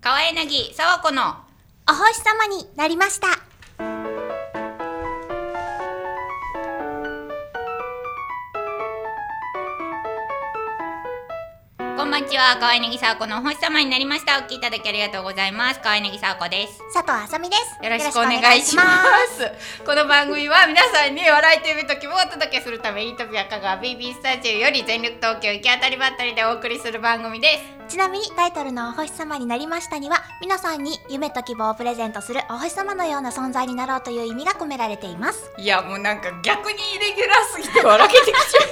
川柳沢子のお星様になりました。こんばんちは川柳沢子のお星様になりましたお聞きいただきありがとうございます川柳沢子です佐藤あさみです。よろしくお願いしますこの番組は皆さんに笑いという時もお届けするためイートピア香川 BB スタジオより全力投球行き当たりばったりでお送りする番組ですちなみにタイトルの「お星様になりました」には皆さんに夢と希望をプレゼントするお星様のような存在になろうという意味が込められています。いやもうなんか逆にイレギュラーすぎて笑けてきちゃう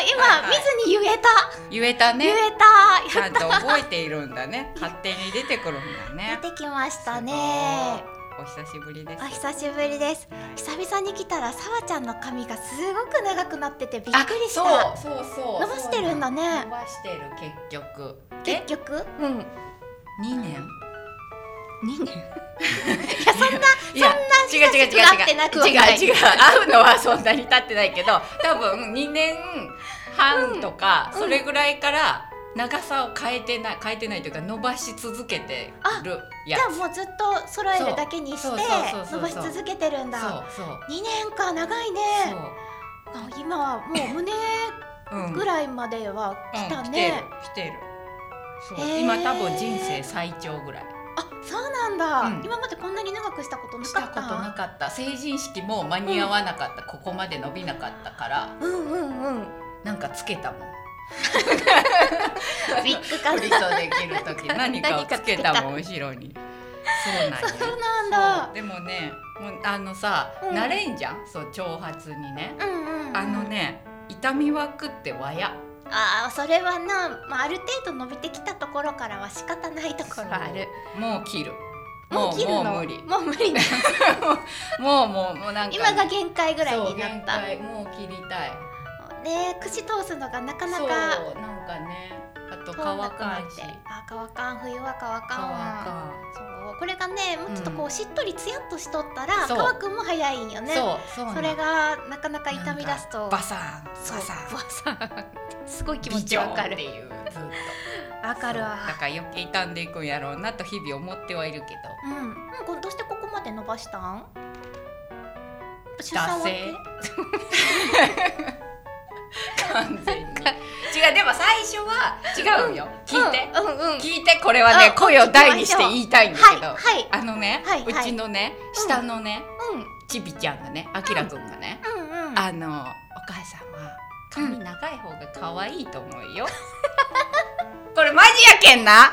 いやでも今はいはい見ずに言えた、 言えたねえたちゃんと覚えているんだね勝手に出てくるんだ ね出てきましたね。お久しぶりですお久しぶりです。久々に来たらさわちゃんの髪がすごく長くなっててびっあくりした。そうそうそう伸ばしてるんだねそうなの伸ばしてる結局結局えうん二年2 年。いやそんな違う違う違う違う近くなってなくはない違う違う会うのはそんなに経ってないけど多分二年半とか、うんそれぐらいから長さを変えてない変えてないというか伸ばし続けてるじやゃあつもうずっと揃えるだけにしそうてそうそうそ伸うそうばし続けてるんだ。そうそう2年か長いね。そうあ今はもう胸うんぐらいまでは来たうん、来てるね。来てるそう、へー今多分人生最長ぐらいあそうなんだ、うん今までこんなに長くしたことなしかたっことた。なかった成人式も間に合わなかった、ここまで伸びなかったからうんうんうん。なんかつけたもんビッグカプリとできる 時何かをつけたもん後ろにそうなんよそうなんだそうでもねもうあのさ、うん慣れんじゃんそう長髪にね、うんうんうん。あの。ね痛み枠って和やああそれはな、まあ、ある程度伸びてきたところからは仕方ないところある。もう切るもう切るの。もう無理もう無理ね。もうもうもうなんか今が限界ぐらいになっそうた。限界もう切りたいね串通すのがなかなか。そうなんかねあと通らな乾くかなんっしてあ乾かん冬は乾乾かんわかそうこれがねもうちょっとこう、うんしっとりつやっとしとったらそう乾くんも早いんよん、ねそうそうなのそれがなかなか痛み出すなんとかバサーンバそうサーンバサンすごい気持ビちジョーンわかるっていうずっとわかるわそうだから余計傷んでいくんやろうなと日々思ってはいるけどうん、うん、これどうしてここまで伸ばしたん出惰性完全に違うでも最初は違うよ、聞いて、うんうんうん聞いてこれはねあ声を大にして言いたいんだはいけど、はいあのね、はいはいうちのねうん下のね、うんちびちゃんがねあきらくんがね、うんうんあのお母さんは髪長い方が可愛いと思うよ。 これマジやけんな。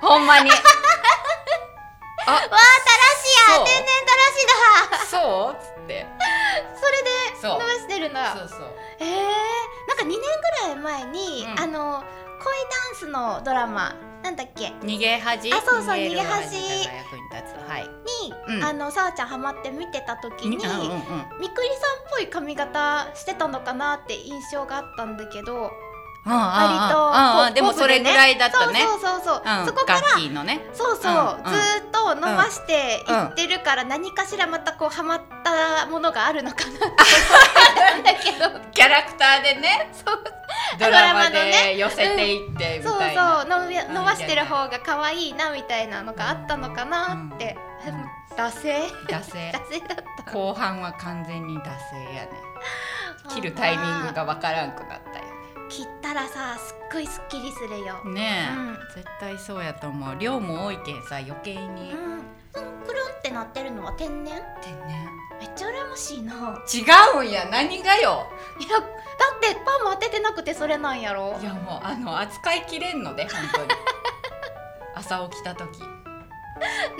ほんまに。あ、わあ、たらし天然だらしだや。そう、そうっつって。それでそう伸ば。してるんだそうそう。えー、なんか2年ぐらい前に、うんあの恋ダンスのドラマなんだっけ逃げ恥。あそうそう逃げる逃げ恥恥が役に立つ。はい。に、うんあのさあちゃんハマって見てた時に、にうんうんうん。みくりさんっぽい髪型してたのかなって印象があったんだけど割と割と。うんうんこうでもそれぐらいだったね。そうそうそうそう、うんそこからガッキーのね。そうそう、うんうんずーっと伸ばしていってるから、何かしらまたこうハマったものがあるの かなって思ったんだけどキャラクターでね。そうドラマドラマので寄せていってみそうたいな。そう伸び伸ばしてる方が可愛いなみたいなのがあったのかなって、うんうん 惰性惰性惰性だった後半は完全に惰性やね切るタイミングがわからんくなったよ切ったらさすっごいすっきりするよ、ねねえ、うん絶対そうやと思う量も多いけんさ余計うにん、そのくるんってなってるのは天然天然めっちゃ羨ましいないやだっ違うんや何がよてパンも当ててなくてそれなんやろいやもうあの扱いきれんので本当に朝起きた時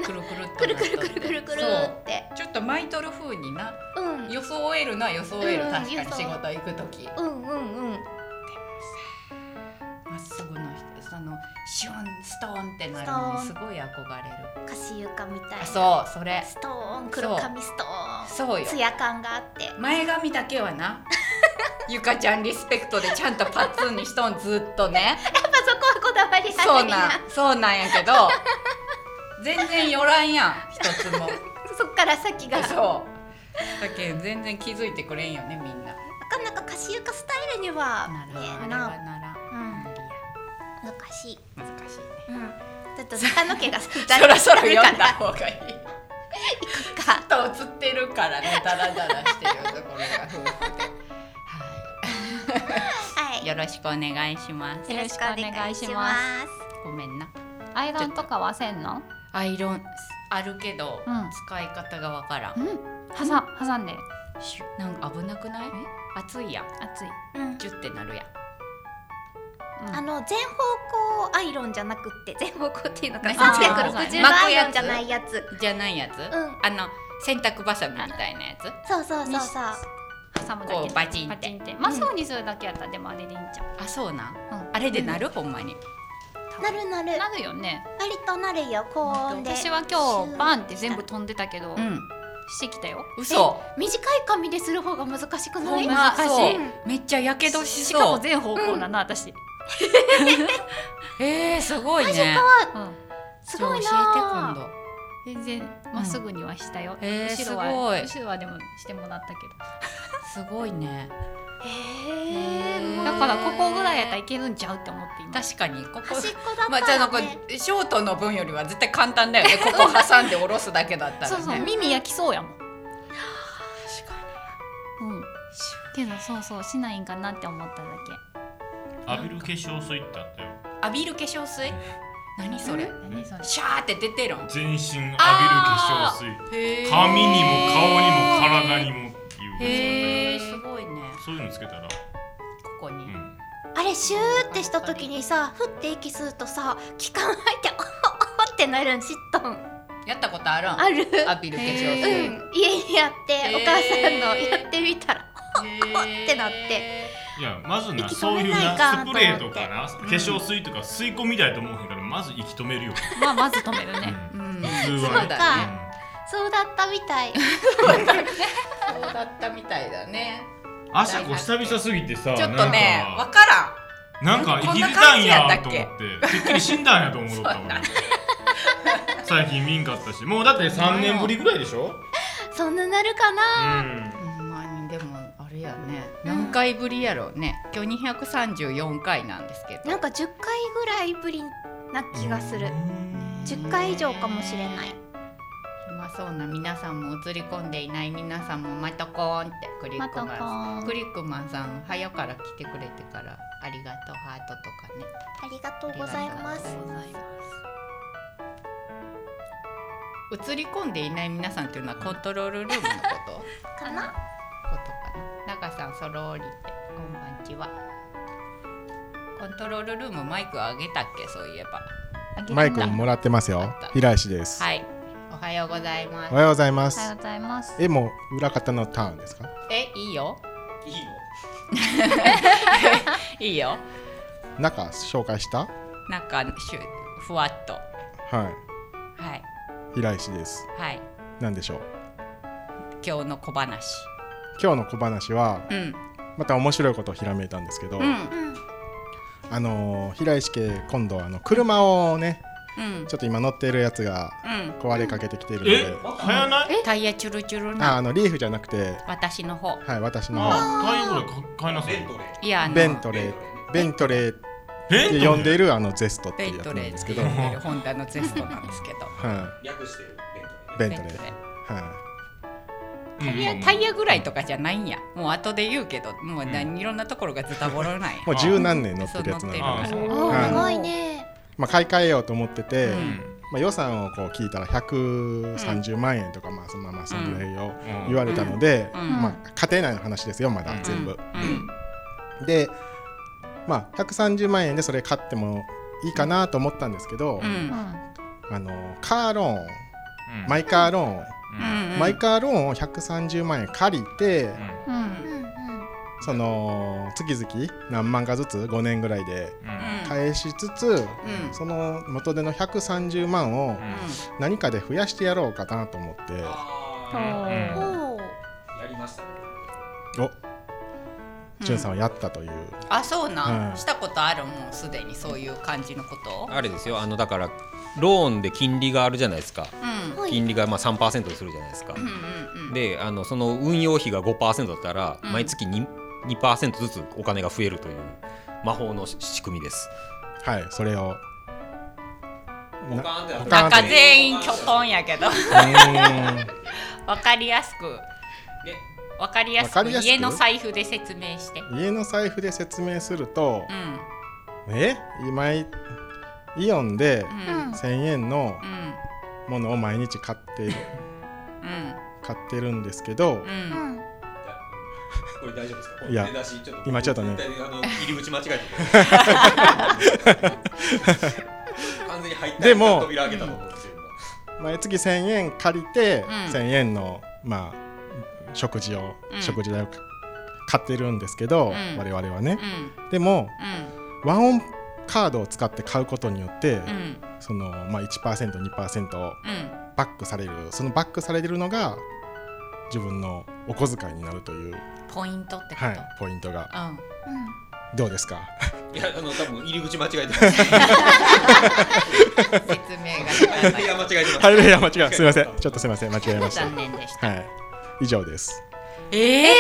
くるくるっとくるなっくとるくってるくるくるそうってちょっと巻いとる風になうん装えるな装える、うんうん確かに装仕事行く時うんうんうんまっすぐの人そのシュンストーンってなるのにすごい憧れるかしゆかみたいあなそうそれストーン黒髪ストーそうンよツヤ感があって前髪だけは なゆかちゃんリスペクトでちゃんとパッツンにしとんずっとねやっぱそこはこだわりあるそうんなやんそうなんやけど全然よらんやん一つ もそっから先がなそうだけど全然気づいてくれんよねみんなかなかかしゆかスタイルにはなら見えあんれはななら、うん無理や難ししい。難しいね うん。ちょっと中野家がそろそろ 読んダメだか方がいいなちょっと映ってるからねダラダラしてるところが夫婦で、は、はいい。よろしくお願いしますよろしくお願いしますごめんなアイロンとかはせんのアイロンあるけど、うん使い方がわからんうん挟挟んでシュなんか危なくない熱いやん熱い、うん。ジュってなるやんうんあの全方向アイロンじゃなくって全方向っていうのかね360度あーアイロンじゃないやつ。じゃないやつ、んあの洗濯バサミみたいなやつそうそうそうにそう。挟むだけこうバチンパっチてンってまあうんそうにするだけやったらでもあれでいいんちゃう、あそうなんうんあれでなる、ほんまになるなる。なるよね割となるよ高温で。私は今日バンって全部飛んでたけど、うんしてきたよ嘘短い髪でする方が難しくほないんま難しいそううんめっちゃやけどししかそもう全方向だな、私、うん、えー、すごいねすごいちょっと教なえて今度全然まっすぐにはしたよ、うんえー後ろすごはい後ろはでもしてもらったけすごいねへへえ。どーだからここぐらいやったらいけるんちゃうって思って今確かにここ端っこだまあっじゃあなたんらかね。ショートの分よりは絶対簡単だよねここ挟んで下ろすだけだったらね そうそう耳焼きそうやもんうんけどそうそうしないんかなって思っただ浴びる化粧水ってあったよ浴びる化粧 水何それけ何それシャーって出てるん全身浴びるあ化ー粧水へー髪にも顔にも体にもっていうやへえすごいねつそういうのつけたら、ここうに、ん、あれシューってした時にさふって息吸うとさ気管入っておおおってなるん知っとん。やったことあるんある。浴びる化粧う水、ん家にあってへーお母さんのやってみたら。ってなっていやまずな息そ止うめいうないかなスプレーとかな化って粧水とか吸い込みたいと思うへんからまず息止めるよ、まあまず止めるうんねうん普通そうはねだねかそうだったみたい。そうだったみたいだねうんあしゃこ久々すぎてさちょっとねなんわかからなんかこ生んきなてた感んじやったやっとけ思っててっきり死んだんやと思うと ったそう俺だ最近見んかったしもうだって3年ぶりぐらいでしょそんななるかうな。んんほんまにでもあれやね何回ぶりやろうね今日234回なんですけどなんか10回ぐらいぶりな気がする。10回以上かもしれない。暇そうな皆さんも映り込んでいない皆さんもまたこーんってクリッまクたマンこクリックマンさん早から来てくれてからありがとうハートとかねありがとあうりがごとざいます。うございます映り込んでいない皆さんっていうのはコントロールルームのことこ かな。とかな中さんそろりってこんばんちはコントロールルームマイク上げたっけそういえばマイクもらってますあよった。平石です。はいおはようございますおはようございまおはよすう。ございますえ、もう裏方のターンですか。えいいよいいよいいよ中紹介した。なんかしゅふわっとはい。はい平石です。はいなんでしょう。今日の小話今日の小話は、うんまた面白いことをひらめいたんですけど。うんうん。あのー平石家、今度、あの車をね、うんちょっと今乗ってるやつがうん壊れかけてきてるのえで。早ないタイヤチュルチュルあ、なあのリーフじゃなくて、私の方はい、私の方ああ、タイムぐらい買いなさい。いやあのベントレー。ベントレーっベて呼んでいるあのゼストってベいうンやつなトんレーでっすてけ呼ど。んでるホンダのゼストなんですけどは略してベントレい。ー ベントレー。はタイヤタイヤぐらいとかじゃないんやもう後で言うけどもう何いろんなところがズタボロないい。もう十何年乗ってるやつなんで。あーおうーんすごいね。まあ、買い替えようと思ってて、うんまあ、予算をこう聞いたら130万円とか、まあそのままそのぐらいをうん言われたので、うんまあ、家庭内の話ですよまだうん全部。うんで、まあ、130万円でそれ買ってもいいかなと思ったんですけど、うんうんあのカーローンママイイカーローン、うんうんマイカーローンを130万円借りて、ううんんうん。その月々何万かずつ5年ぐらいでうん返しつつ、んその元手の130万を何かで増やしてやろうかなと思って。おあお。やりましたねお、じゅんさんはやったという。あそうなん、うんしたことあるもうすでにそういう感じのことをあれですよあのだからローンで金利があるじゃないですかうんはい金利がまあ3%にするじゃないですかうんうんうんであのその運用費が5%だったらうん毎月 2%, 2ずつお金が増えるという魔法の仕仕組みですはいそれをポカーンってなってるなんか全員きょとんや けどうーんわかりやすくでわかりやすわかくりやすく家の財布で説明してう 家の財布で説明すると、んえ今いイオンでううんん1000円のうんものを毎日買ってうん買ってるんですけうど、うんんこれ大丈夫ですかいや出だしちょっと今ちょっとね絶対あの入り口間違えてる完全に入ったでも扉開けたと思うんですよ毎月1000円借りて、うん1000円のまあ食事を、うん食事代を買ってるんですけど、うん我々はねう、んでもうんワンオンカードを使って買うことによって、うんそのまあ 1%2% うんバックされるそのバックされるのが自分のお小遣いになるという、ポイントってこと、はい、ポイントがうんうんどうですかいやあの多分入り口間違えてます説明がなかっいや間違えてますはいいや間違えすいませんちょっとすいません間違えまたした残念でした、はい以上ですええ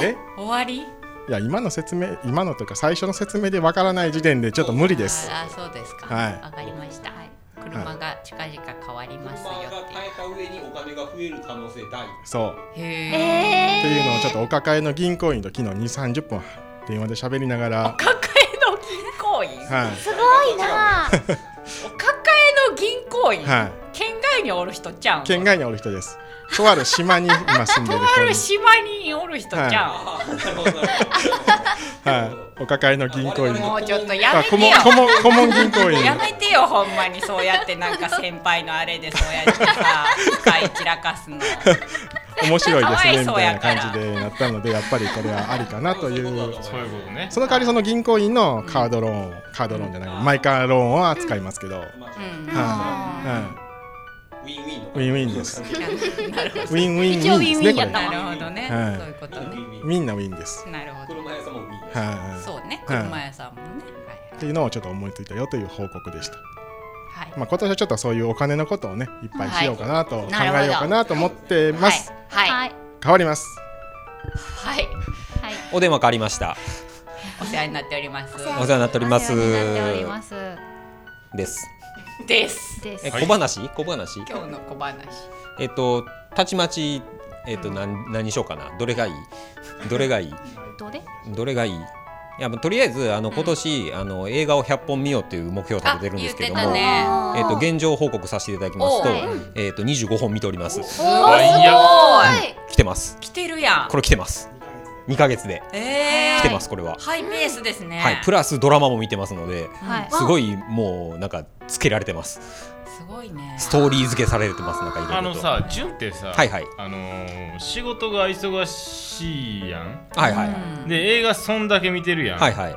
え終わりいや今の説明今のというか最初の説明でわからない時点でちょっと無理ですああそうですかはいわかりました、車が近々変わりますよ車がって変えた上にお金が増える可能性大そういうへ ええっていうのをちょっとお抱えの銀行員と昨日2 3 0分電話で喋りながら、抱えの銀行員はいすごいなぁお抱えの銀行員、はい県外におる人ちゃうん県外におる人ですとある島に今住ん でとるあ人るに島におる人ちゃああなるほどなるはい、お抱えの銀行員うあものうちょっとやあめて顧問よ顧 問顧問銀行員やめてよほんまにそうやってなんか先輩のあれでそうやって さ使い散らかすの面白いですねみかわいそうたいやなから感じでなったのでやっぱりこれはありかなというそういうことねその代わりその銀行員のカードローンをカードローンじゃないマイカーローンは使いますけど、はいほどまあうんはウィンウィンのい、ウィンウィンですウなるほどィンウィンウ一応ウィンィンウィンですねやこったなるわほどね、はいそういうことウィンウねィンれみんなウィンです、なるほど車屋さんもウィンですはいはいそうねはい車屋さんもねっていうのをちょっと思いついたよという報告でした、はい、はいまあ、今年はちょっとそういうお金のことをねいっぱいしようかなと、い考えようかなと思ってます、はいはい、い変わりますはい、はいお電話借りましたお世話になっております世話お世話になっておりますお世話になっておりますですですですえはい小話小話今日の小話えっとたちまちえっと何何しようかなどれがいい どれがいいどれどれがいいいやもうとりあえずあの今年、あの映画を100本見ようっていう目標を立ててるんですけどあ言も、ってたねえっと現状報告させていただきますと,、えっと25本見ておりますすごいい来てます来てるやんこれ来てます2ヶ月でえー、来てますこれは、ハイペースですね、はいプラスドラマも見てますのではいすごいもうなんかつけられてますすごいねストーリー付けされてますなんかいろいろとあのさ潤ってさ、はいはいあのー、仕事が忙しいやんはいはい、うんで映画そんだけ見てるやん、はいはい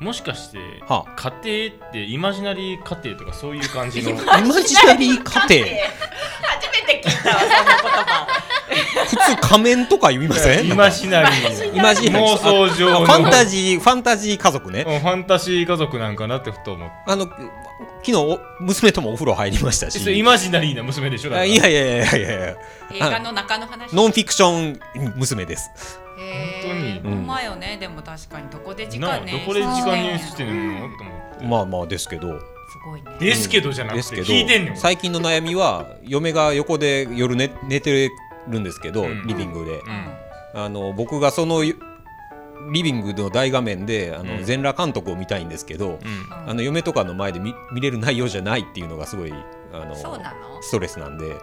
もしかして、は家庭ってイマジナリー家庭とかそういう感じのイマジナリー家庭初めて聞いたわそんな言葉普通仮面とか言いま せんイマジナリーイマジナリー妄想上あのファンタジーファンタジー家族ね、うんファンタジー家族なんかなってふと思ってあの昨日お娘ともお風呂入りましたえしそれイマジナリーな娘でしょだかあらいやいやいやいやいや 映画の中の話ノンフィクション娘ですへー本当にほんまよねでも確かにどこで時なあ間どねこで時間ね入手してんのと思って、まあまあですけどすごいねですけどじゃなくでてすけど聞いてんのよ最近の悩みは嫁が横で夜寝寝てるんですけど、うんリビングで、うんあの僕がそのリビングの大画面であの、うん全裸監督を見たいんですけど、うんうんあの嫁とかの前で見見れる内容じゃないっていうのがすごいあのそうなのストレスなんで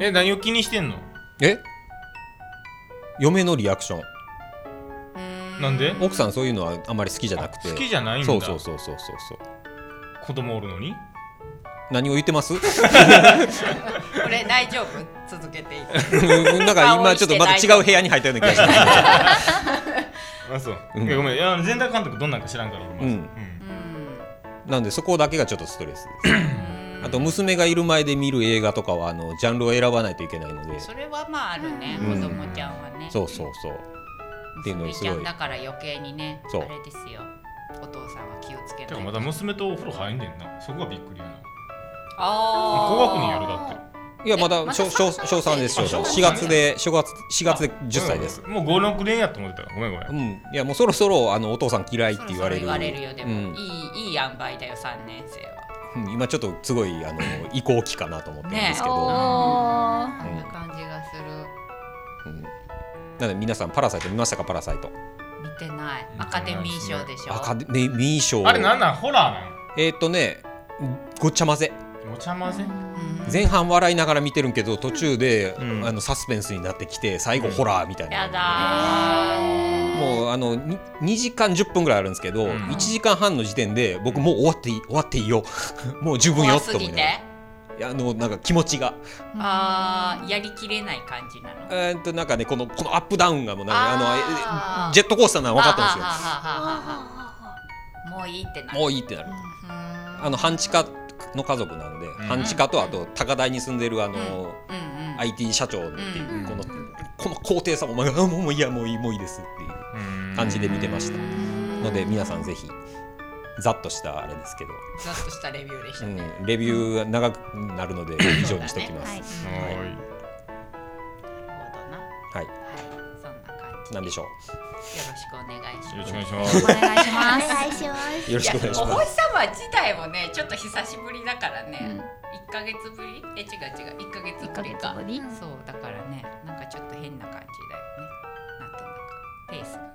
え何を気にしてんのえ嫁のリアクションなんで奥さんそういうのはあんまり好きじゃなくて好きじゃないんだそうそうそうそうそうそう子供おるのに何を言ってます うんこれ大丈夫続けてい いなんか今ちょっとまた違う部屋に入ったような気がしますあそう、うんいやごめんいや全体監督どんなんか知らんから今、うんなんでそこだけがちょっとストレスですあと娘がいる前で見る映画とかはあのジャンルを選ばないといけないのでそれはまああるね、うん子供ちゃんはねそうそうそうっていうの娘にすちゃごいんだから余計にねあそうれですよお父さんは気をつけてなかいまだ娘とお風呂入んねんなそこがびっくりやなあ高学年やるろだっていやまえだま小た小三小三です小あ三小三4月で4月4月で10歳ですもう五六年やと思ってたごめんごめうんんいやもうそろそろあのお父さん嫌いって言われるそろそろ言われるよでも、うんいいいい塩梅だよ三年生はうん今ちょっとすごいあの移行期かなと思ってるんですねけど、おーそんな感じがする、うんなので皆さんパラサイト見ましたかパラサイト見てないアカデミー賞でしょアカデミー賞あれなんなんホラーえーっとねごっちゃ混ぜなんお茶混うぜん前半笑いながら見てるけど途中で、うんあのサスペンスになってきて最後ホラーみたいな、やだーもうあのに2時間10分ぐらいあるんですけど、うん1時間半の時点で僕もう終わっていい終わっていいよ もう十分よ怖ってす思いぎなてがらいやあのなんか気持ちがあーやりきれない感じなのえーっとなんかねこのこのアップダウンがもうなんかあのえあージェットコースターなの分かったんではすはははははあもういいってなよもういいってなるああの半地下の家族なんで、半地下とあと高台に住んでるあの、うんうん、 IT 社長っていう、うんこのこの高低差も、まあ、もうもういいやもういいもういいですっていう感じで見てましたので皆さんぜひざっとしたあれですけど、ざっとしたレビューでしたうね、ん、レビューが長くなるので以上にしておきます。はーいなるほどなははい、いそんな感じなんでしょよろしくお願いしよろましすくお願いしおます願いしおま願 す。いします。う。よろしくお願いしやおます。星様自体もねちょっと久しぶりだからうねん、一ヶ月ぶりえ違う違う一ヶ月一ぶヶり月かぶり。そうだからねなんかちょっと変な感じだよねなんとなくペースがね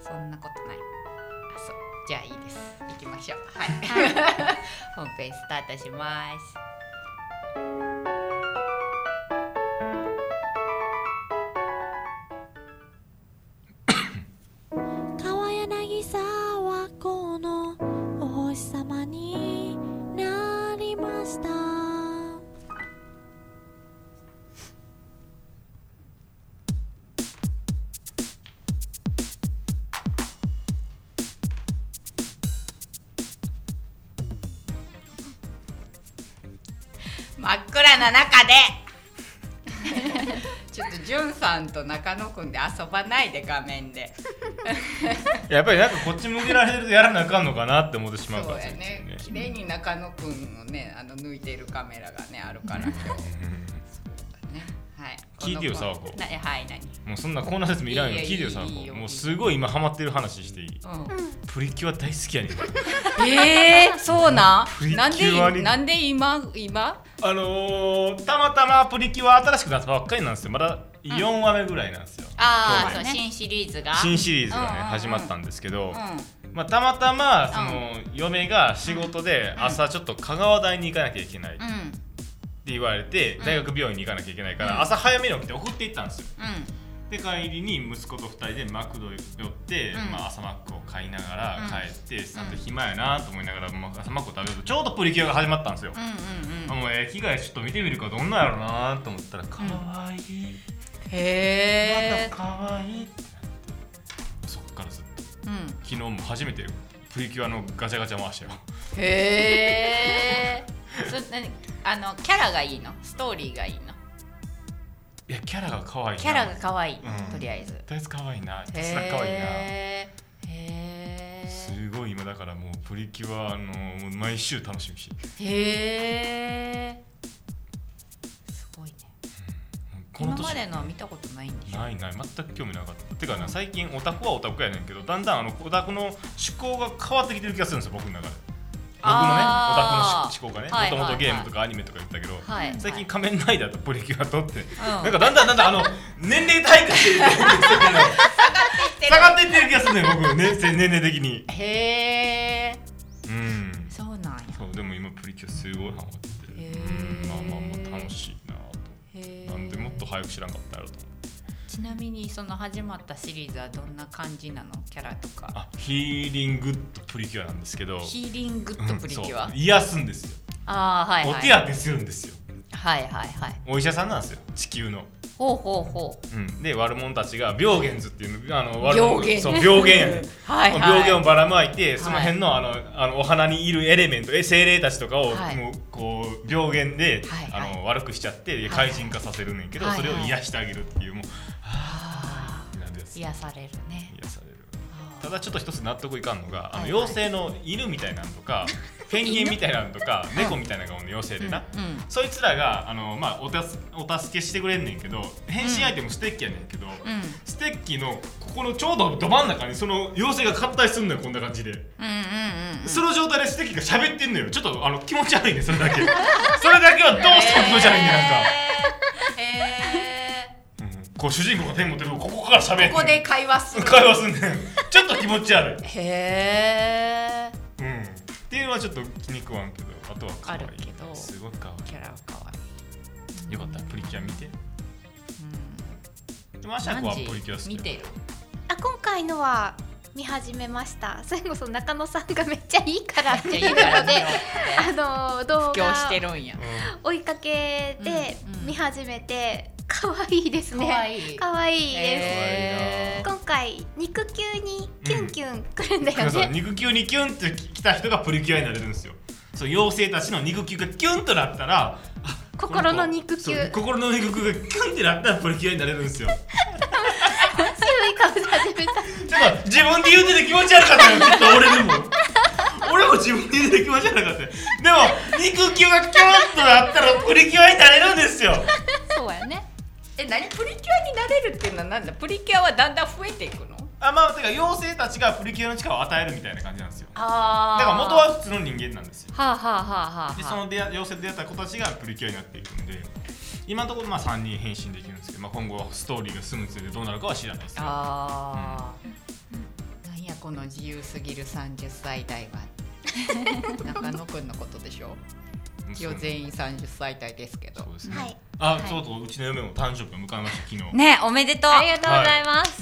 そんなことないあそうじゃあいいです行きましょうはい 本編スタートします川柳沢子のお星様になりました真っ暗な中で ちょっとじゅんさんと中野くんで遊ばないで画面でやっぱりなんかこっち向けられるとやらなあかんのかなって思ってしそうまうからやね綺麗に中野くんのねあの抜いてるカメラがねあるから今日ねはい聞いてよこの沢子なはい何もうそんなこんな説明いらんよいいよ聞いてよさいいよいいよもうすごい今ハマってる話していいプリキュア大好きやねんうん、えー、 そうなプリんキュアなんでにいなんで今今あのー、たまたまプリキュア新しくなったばっかりなんですよまだ4話目ぐらいなんですよ、ああ、そうそう新シリーズが新シリーズがねうん始まったんですけど、うまあ、たまたまその嫁が仕事で朝ちょっと香川大に行かなきゃいけないってんうん言われてうん大学病院に行かなきゃいけないかうんら朝早めに起きて送って行ったんですようんで帰りに息子と2人でマクド寄って、うんまあ、朝マックを買いながらうん帰って、さて暇やなと思いながら、まあ朝マックを食べるとちょうどプリキュアが始まったんですよ、うんうんあうんもうえー、着替えちょっと見てみるかどんなんやろうなと思ったらかわいい、へえかわいいってなってそっからずっとうん昨日も初めてプリキュアのガチャガチャ回したよへえ。 そ何あのキャラがいいの、ストーリーがいいの、いやキャラが可愛いなキャラが可愛い、うんとりあえず。とりあえず可愛いなひたすら可愛いなへえ。へすごい今だからもうプリキュアあのもう毎週楽しみにしてるえ。へえ。すごいね。もうこ今年までのは見たことないんでしょ。ないない全く興味なかったてかな最近オタクはオタクやねんけどだんだんあのオタクの思考が変わってきてる気がするんですよ僕の中で僕のねあーオタクの思考がねはもいともはいはといゲームとかアニメとか言ったけど、はい。最近仮面ライダーとプリキュアとって、はい、なんかだんだんだんだんあの年齢退化してる気がするね下がっていってる気がするね僕ねせ年齢的にうん。へえ。うんそうなんや。そうでも今プリキュアすごいハマってて、へうんーまあまあまあ楽しいなへとーなんでもっと早く知らんかったやろと思ってちなみにその始まったシリーズはどんな感じなのキャラとかあヒーリングとプリキュアなんですけどヒーリングとプリキュア、うんそう癒すんですよ、ああはいはいお手当てするんですよはいはいはいお医者さんなんですよ地球の、ほうほうほううん、で悪者たちが病原図っていうのあの悪者病原そう病原やねん はいはい病原をばらまいてその辺のあのあのお花にいるエレメントえ精霊たちとかを、はいもうこう病原で、はいはいあの悪くしちゃってはい怪人化させるねんけど、はいはいそれを癒してあげるっていうもうああなんですー癒されるね癒されるあーただちょっと一つ納得いかんのがあのはいはい 妖精の犬みたいなのとか、ペンギンみたいなのとか猫みたいなのがおんね妖精でな、うんうんそいつらがあの、まあ、おたすお助けしてくれんねんけど変身アイテムステッキやねんけど、うんステッキのここのちょうどど真ん中にその妖精が合体すんのよこんな感じで、うんうんうんその状態でステッキが喋ってんのよちょっとあの気持ち悪いねそれだけ それだけはどうしても気持ち悪いねえなんか、うんこう主人公が手持ってるここから喋ってー ここで会話する会話すんねんちょっと気持ち悪いへえうんっていうのはちょっと気に食わんけどあとは可愛いあるけどすごい可愛キャラは可愛いいよかったらプリキュア見てでもマアシャコはプリキュア好き見てるあ今回のは見始めましたそれこそ中野さんがめっちゃいいからっていうのでじゃあいいから見よ あの動う今日し画てるんや追いかけでうんうん見始めて可愛いですね可愛い可愛いです、えー今回肉球にキュンキュンくるんだようん、そうね、肉球にキュンって来た人がプリキュアになれるんですよそう妖精たちの肉球がキュンとなったらあ心の肉球そう心の肉球がキュンってなったらプリキュアになれるんですよ白い顔で始めただから自分で言うてて気持ち悪かったよちょっと俺でも俺も自分で言うてて気持ち悪かったよでも肉球がキュンとなったらプリキュアになれるんですよそうやねえ何プリキュアになれるっていうのはなんだプリキュアはだんだん増えていくのあまあてか妖精たちがプリキュアの力を与えるみたいな感じなんですよだあから元は普通の人間なんですよはあはあはあはあでその出会妖精と出会った子たちがプリキュアになっていくんで今のところまあ3人変身できるんですけど、まあ、今後ストーリーが進むにつれてどうなるかは知らないですけどあー、なんやこの自由すぎる30歳代 は中野くんのことでしょ一応全員30歳代ですけどそうですね、はいあ、そうそううちの嫁も誕生日を迎えました昨日ねおめでとう ありがとうございます、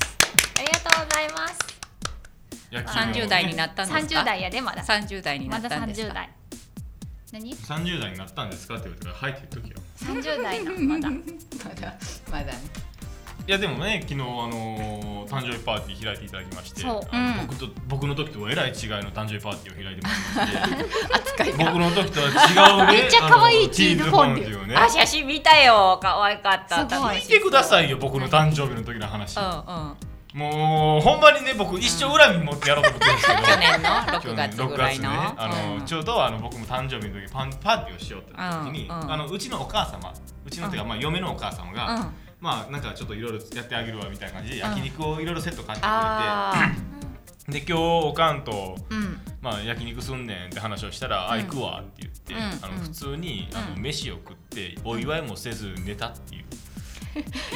ありがとうございます野球のね30代になったんですか30代やでまだ30代になまっだたんです30か代何30代になったんですかって言われたから「はい」って言っときよ30代なまだまだまだねいやでもね昨日あのー誕生日パーティー開いていただきましてそうあのうん僕と僕の時とはえらい違いの誕生日パーティーを開いてもらいまして扱いが僕の時とは違うねめっちゃ可愛いあのチーズフォンデュをねあ写真見たよ可愛かったすごい楽し見そうてくださいよ僕の誕生日の時の話うんうんもうほんまにね僕一生恨み持ってやろうと思ってるんですけど去年の去6年月ぐらいの6月ねあの、うんちょうどあの僕も誕生日の時パンパーティーをしようってなった時に、うんうんあのうちのお母様うちのていうか、まあ、嫁のお母様が、うんまあなんかちょっといろいろやってあげるわみたいな感じで焼肉をいろいろセット買ってあくあれて、で今日おかんと、うんまあ、焼肉すんねんって話をしたら「あ行くわ」って言って、うんあうんの普通にあのうん飯を食ってお祝いもせず寝たっていう。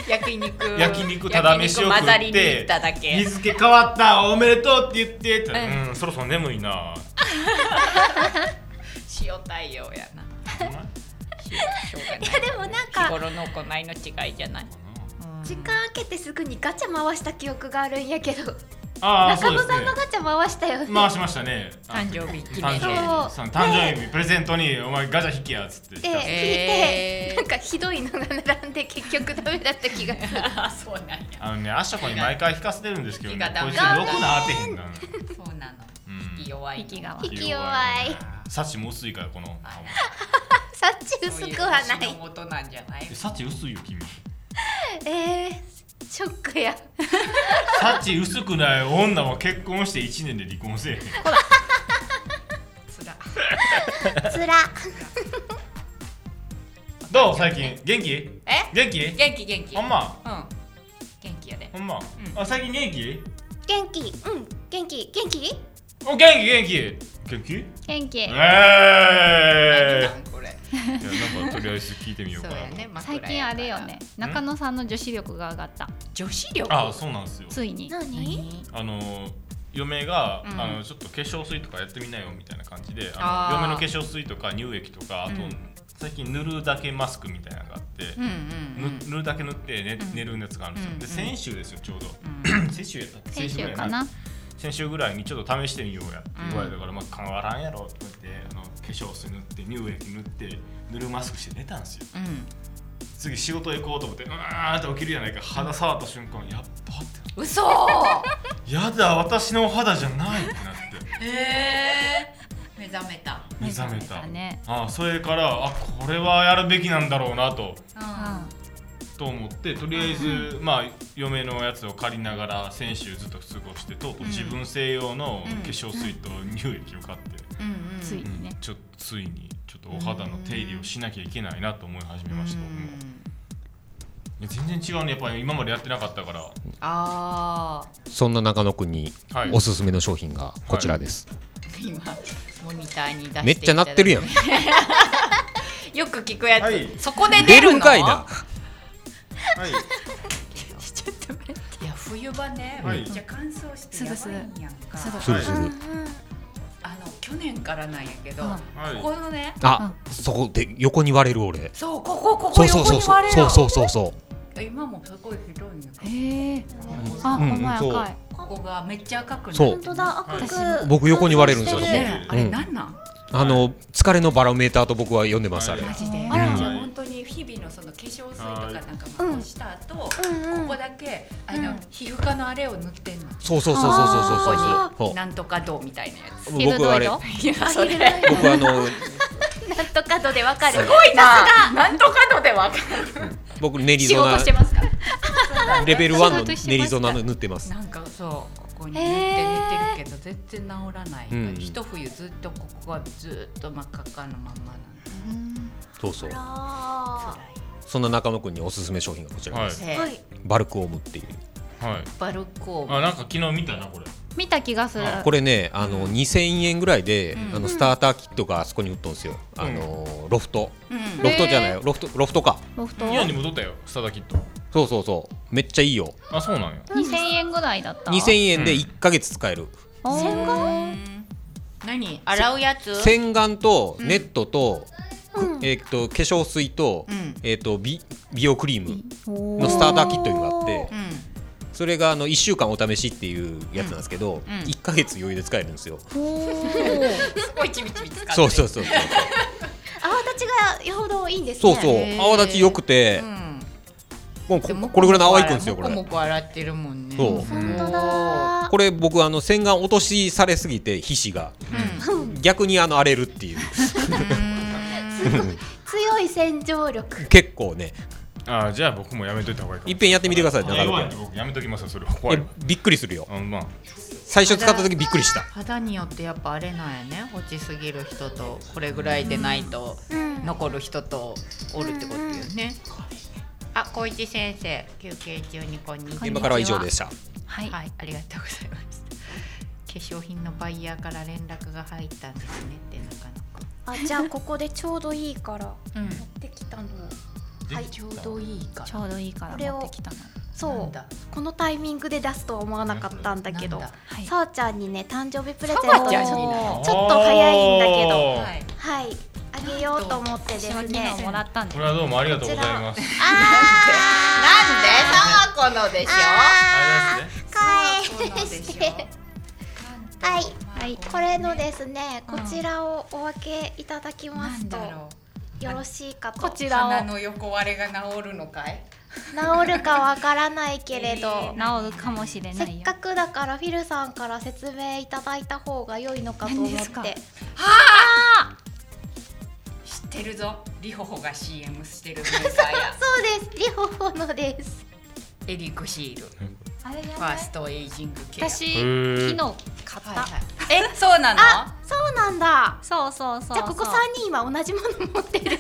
焼肉焼肉ただ飯を食焼肉混ざりっに行てっただけ日付変わったおめでとうって言ってって、うんうん、そろそろ眠いな塩対応やなしょうがないいやでもなんか日頃の行いの違いじゃない、時間空けてすぐにガチャ回した記憶があるんやけどああ中そ野うですさんねのガチャ回したよね、回しましたね誕生日記誕念生で日そう誕生日プレゼントにお前ガチャ引けやっつってで、来えー聞いてなんかひどいのが並んで結局ダメだった気がするあそうなんやたあのねアシャコに毎回引かせてるんですけど気がねダこメいつろくな当てへんなそうなのうん引き弱い 息が引き弱いサチも薄いからこのそっち薄くはなそうう星いの元なんじゃないえサチ薄いよ君えー、ショックやサチ薄くない女は結婚して1年で離婚せえへんつらつらどう最近元気え元気元気元気ほんまうん元気やでほんうま、んあ最近元気元気うん元気元気お元気元気元気元気え何なんこれー、いやなんかとりあえず聞いてみようそかうなやね最近あれよね中野さんの女子力が上がった女子力あそうなんですよついに何あの嫁が、うんあのちょっと化粧水とかやってみなよみたいな感じでああーの嫁の化粧水とか乳液とかあと、うん最近塗るだけマスクみたいなのがあって、うんうんうぬん塗るだけ塗って寝,、うん寝るやつがあるんですよ、うんで先週ですよちょう ど先週やった先ぐ週らいかな先週ぐらいにちょっと試してみようやって言われたから、まあ変わらんやろって言ってあの化粧水塗って乳液塗って塗るマスクして寝たんですようん次仕事行こうと思ってうーんって起きるじゃないか肌触った瞬間やっぱっ嘘てやだ私のお肌じゃないってなっ てへえ目覚めた目覚めたねああそれからあこれはやるべきなんだろうなとうんとと思ってとりあえず、まあ、嫁のやつを借りながら先週ずっと過ごしてとうとう自分専用の化粧水と乳液を買って、うんうんついにね。ちょついにちょっとお肌の手入れをしなきゃいけないなと思い始めました、僕もいや全然違うねやっぱり今までやってなかったから、ああそんな中野くんにはいおすすめの商品がこちらです、今モニターに出していただいめっちゃ鳴ってるやんよく聞くやつ、はいそこで出出るるのんか いなはいいや冬場ね、はいめっちゃ乾燥してすやぐばすぐいんやんかすぐするするあの去年からなんやけど、うんはいここのねあそこで横に割れる俺そうここここそうそう横そうにそう割れそるうそうそうそ今もすごい広いんやけへえ。どあ、うんほんまやそう赤い。ここがめっちゃ赤くなるそう本当だ赤く僕横に割れるんですよ乾燥してねえあれなんなん、あの疲れのバロメーターと僕は読んでますあれマジで、あらじゃあ本当に日々のその化粧水とかなんかもこうした後、うんうんここだけあの、うん皮膚科のあれを塗ってんのそうそうそうそうそうそうこそこうになんとかどうみたいなやつそう僕はあれどういやそれす僕あのなんとか度でわかる。ごいな なんとかどでわかる僕練り仕ゾ事ナしてますから。レベル1の仕事してました練りゾナ塗ってますなんかそうここに塗って寝てるけど全然治らない、うん一冬ずっとここがずっと真っ赤っかのまんまなのそうそうあそんな中野くんにおすすめ商品がこちらはでいす、で、はいバルクオムっていうはいバルコーあなんか昨日見たなこれ見た気がする。これねあの2000円ぐらいで、うんあのスターターキットがあそこに売っとんですよ、あのロフトうんロフトじゃないロフトロフトかロフト。イオンに戻ったよスタダキットそうそうそうめっちゃいいよあそうなんや二千円ぐらいだった。 2000円で1ヶ月使える、おー。洗顔何洗うやつ洗顔とネットと,く、うんえーっと化粧水と,、うんえーっと美美容クリームおのスターターキットいうのがあってうんそれがあの1週間お試しっていうやつなんですけど、うんうん1ヶ月余裕で使えるんですよ、すごいちびちび使ってそうそうそうそう泡立ちがよほどいいんですそうねそうへー泡立ち良くて、んもうここれぐらいの泡いくんですよこれもこもこ洗ってるもんねそう本当だこれ僕あの洗顔落としされすぎて皮脂がうん逆にあの荒れるっていう 強い洗浄力結構ねあじゃあ僕もやめといた方がいいかもいっぺんやってみてくださいいや中野弱い君んで僕やめときますよそれは怖いわいやびっくりするよあまあ最初使った時びっくりした肌によってやっぱあれなんやね落ちすぎる人とこれぐらいでないとうん残る人とおるってことよね、あ、小一先生休憩中にこんにちは今からは以上でしたはい。はい、ありがとうございました化粧品のバイヤーから連絡が入ったんですねってなかあじゃあここでちょうどいいからなか持ってきたのうん、はい、ちょうどいいかちょうどいいかこられを持ってきたの。なそんうだこのタイミングで出すとは思わなかったんだけどなんだはい。さおちゃんにね誕生日プレゼントさおをちちゃょんっになと早いんだけどおはーい、はいあげようと思ってで私はす昨ね日もらったんでこれ。はどうもありがとうございますなんでさわこのでしょああれですねー返してはいはいこれのですねこちらをお分けいただきなますんとだろよろしいかうと治鼻の横割れが治るのかいるかわからないけれど、治るかもしれなせいっよ。かくだからフィルさんから説明いただいた方が良いのかと思っ何ですかて知ってるぞリホホが CM してるメーカー やそうですリホホのですエリクシールフあれじゃァなーいストエイジングケア私へー昨日買っはいた。はい、えそうなのあそうなんだそうそうそうそう。じゃあここ三人は同じもの持ってる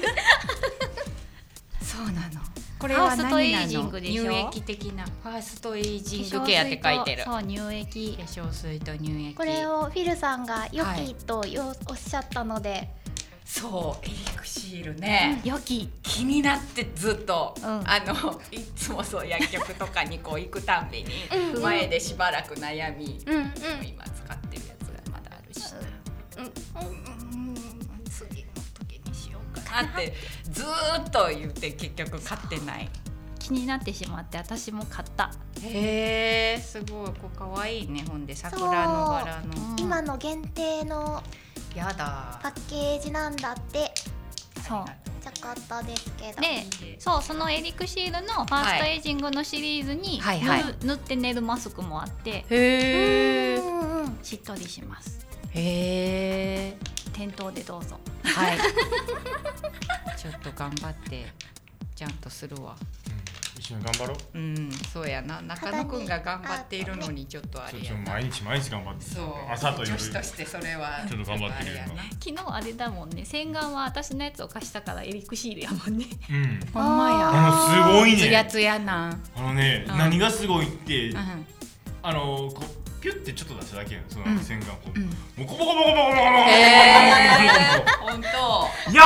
そうなのこれファーストエイジングでしょ乳液的なファーストエイジングケアって書いてるそ化う乳液。粧水と乳液これをフィルさんが良はいきとよ、おっしゃったのでそうエリクシールね、良き。気になってずっと、うんあのいつもそう薬局とかにこう行くたんびにうんうん前でしばらく悩み、うんうん今使ってるやつがまだあるし、うん次の時にしようかなってずーっと言って結局買ってない気になってしまって私も買った。へえすごいこれかわいいねほんで桜の柄のうん今の限定のやだパッケージなんだってそう。ちゃかったですけどでそうそのエリクシールのファーストエイジングのシリーズに、はいはい塗る塗って寝るマスクもあってへえうんうんしっとりしますへえ店頭でどうぞはいちょっと頑張ってちゃんとするわうんしいな頑張ろううん、そうやな。中野くんが頑張っているのにちょっとあちょれっやとな。毎日毎日頑張ってそう。朝と夜女子としてそれはちょっと頑ちょっ張ってるよとあれやな。昨日あれだもんね洗顔は私のやつを貸したからエリクシールやもんねうんほんまや。あのすごいつやねつやな。あのねうん何がすごいってうん。あのこうピュってちょっと出しただけやんそのうん洗顔こううんもうコボコボコボコボコボコボコボコボコボコえー、本当。や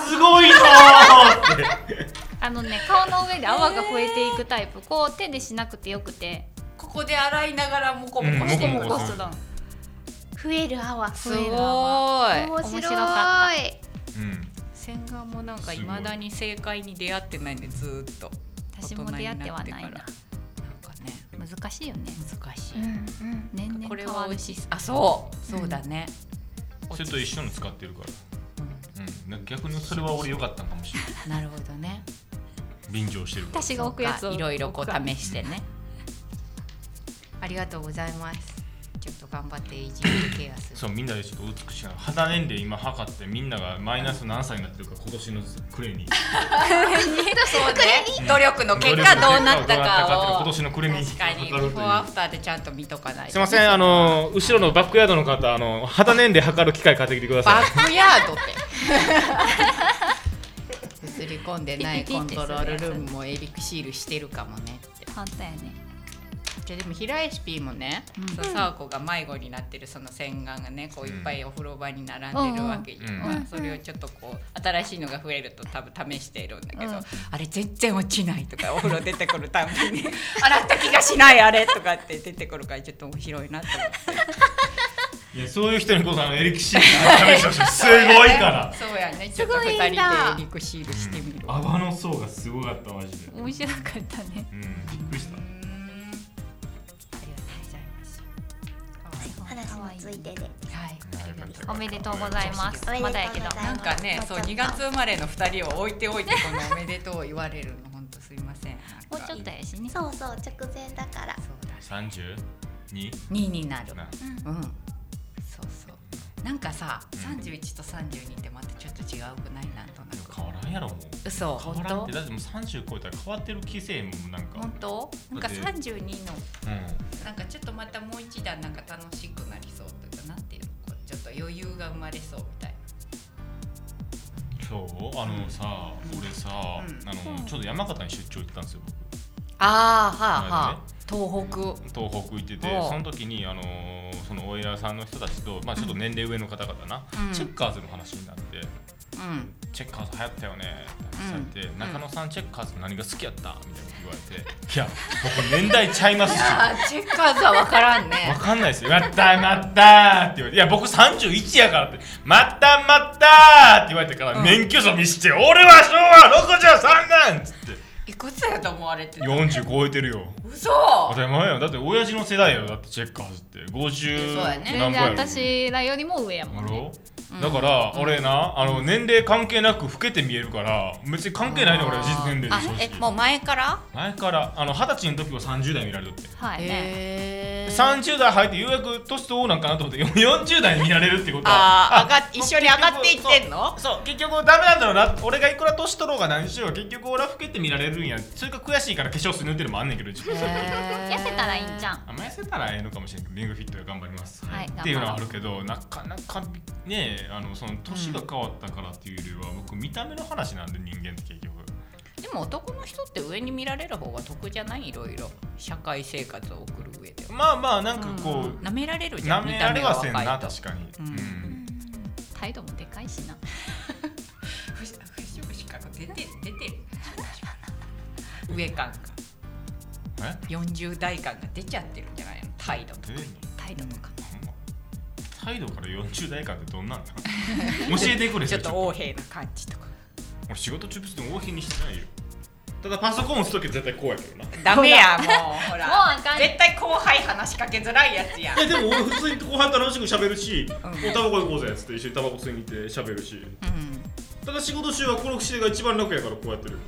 だすごいぞーって あのね顔の上で泡が増えていくタイプこう手でしなくてよくてここで洗いながらモコモうコんしてもるうモコモココスト増える泡すご増えいる泡面面白かいうん洗顔もなんかいまだに正解に出会ってないんでずーっと私も出会ってはな大いな人にってからなんかね難しいよね難しうんい、うん年々これ変はわおるいししいあそうそうだね、それと一緒の使ってるからうんなんか逆にそれは俺良かったんかもしれなないるほどね便乗してるから私が置くやつをいろいろこう試してねありがとうございますちょっと頑張ってエイジングケアするそうみんなでちょっと美しい肌年齢今測ってみんながマイナス何歳になってるか今年の暮れにそうね努力の結果どうなったかを今年の暮れに確かにビ測フるとォいーアうフターでちゃんと見とかないすいません、あの後ろのバックヤードの方、あの肌年齢測る機械買ってきてくださバい。ックヤードって映り込んでないコントロールルームもエリクシールしてるかもねって簡単やねじゃあでも平石 P もね、そうサーコが迷子になってるその洗顔がねこういっぱいお風呂場に並んでるわけじゃん、うんまあそれをちょっとこう新しいのが増えると多分試しているんだけど、あれ全然落ちないとかお風呂出てくるたんびに 洗った気がしないあれとかって出てくるからちょっと面白いなと思っていやそういう人にこそあのエリクシールの試してほしいすごいからそうやねちょっと2人でエリクシールしてみるわ、泡の層がすごかったマジでうんびっ面白かったねくりしたうーんありがとうございます。話のついてではい。おめでとうございますおめでとうまだやけどございなますんかね、終そうわっちゃ2った月生まれの2人を置いておいてこのおめでとう言われるの本当すいません。もうちょっとやしねそうそう直前だから三十二2になる。なうん。そうそう。なんかさ、31と32ってまたちょっと違うくないなんとなく。変わらんやろもう嘘。変本わらんっ当て。だってもう三十超えたら変わってる規制もなんか本当なんかだっ32のうんなんかちょっとまたもう一段なんか楽しくなりそうというかなんていうのこうちょっと余裕が生まれそうみたい今日あのさ俺さあうんのちょっと山形に出張行ってたんですよ僕なあああはあはあ東北東北行ってておうその時にあのーそのお偉いさんの人たちと、まあ、ちょっと年齢上の方々な、うんチェッカーズの話になってうん「チェッカーズ流行ったよね」って話されて、ん中野さんチェッカーズ何が好きやった?」みたいなこと言わ れて「いや僕年代ちゃいますしあチェッカーズは分からんわね。かんないですよ「待った待った」って言われて「いや僕31やから」って「待った待った」って言われてから、うん免許証見して「俺は昭和63年!」っつっていくつやと思われてる。 40超えてるよ嘘。当たり前よだって親父の世代よだってチェッカーズって50そうやね全何ぼや然ろ私らよりも上やもあんねろだから、俺なあの年齢関係なく老けて見えるから別に関係ないね俺は実年齢あで正え直もう前から？前からあの二十歳の時は30代見られるってはいねへえ30代入ってようやく年とうなんかなと思って40代に見られるってことあー上はがっ一緒に上がっていってんの？そう結局ダメなんだろうな俺がいくら年取ろうが何しようが結局俺は老けて見られるんやそれが悔しいから化粧水塗ってるのもあんねんけど自分痩痩せたらいいんじゃん甘やせたらええのかもしれんけどリングフィットで頑張ります、はいっていうのはあるけどなかなかねあのその年が変わったからっていうよりは、僕見た目の話なんで人間って結局でも男の人って上に見られる方が得じゃないいろいろ社会生活を送る上では。まあまあなんかこう、舐められるじゃ。なんめられはせ見んた目がな若いと確かに、ううんん態度もでかいしな不織布しか出て出てる。上感がえ40代感が出ちゃってるんじゃないの態度と出かてんの態度とか。ほんま態度から40代間ってど んなんだ教えてくれちょっと横多い柄な感じとか。俺仕事中別に大変にしてないよただパソコン打つとき絶対こうやけど なダメやもうほら もうあかん絶対後輩話しかけづらいやつやいやでも俺普通に後半楽しく喋るし、うんおタバコ行こうぜっつって一緒にタバコ吸いに行って喋るし、ただ仕事中はこの姿勢が一番楽やからこうやってる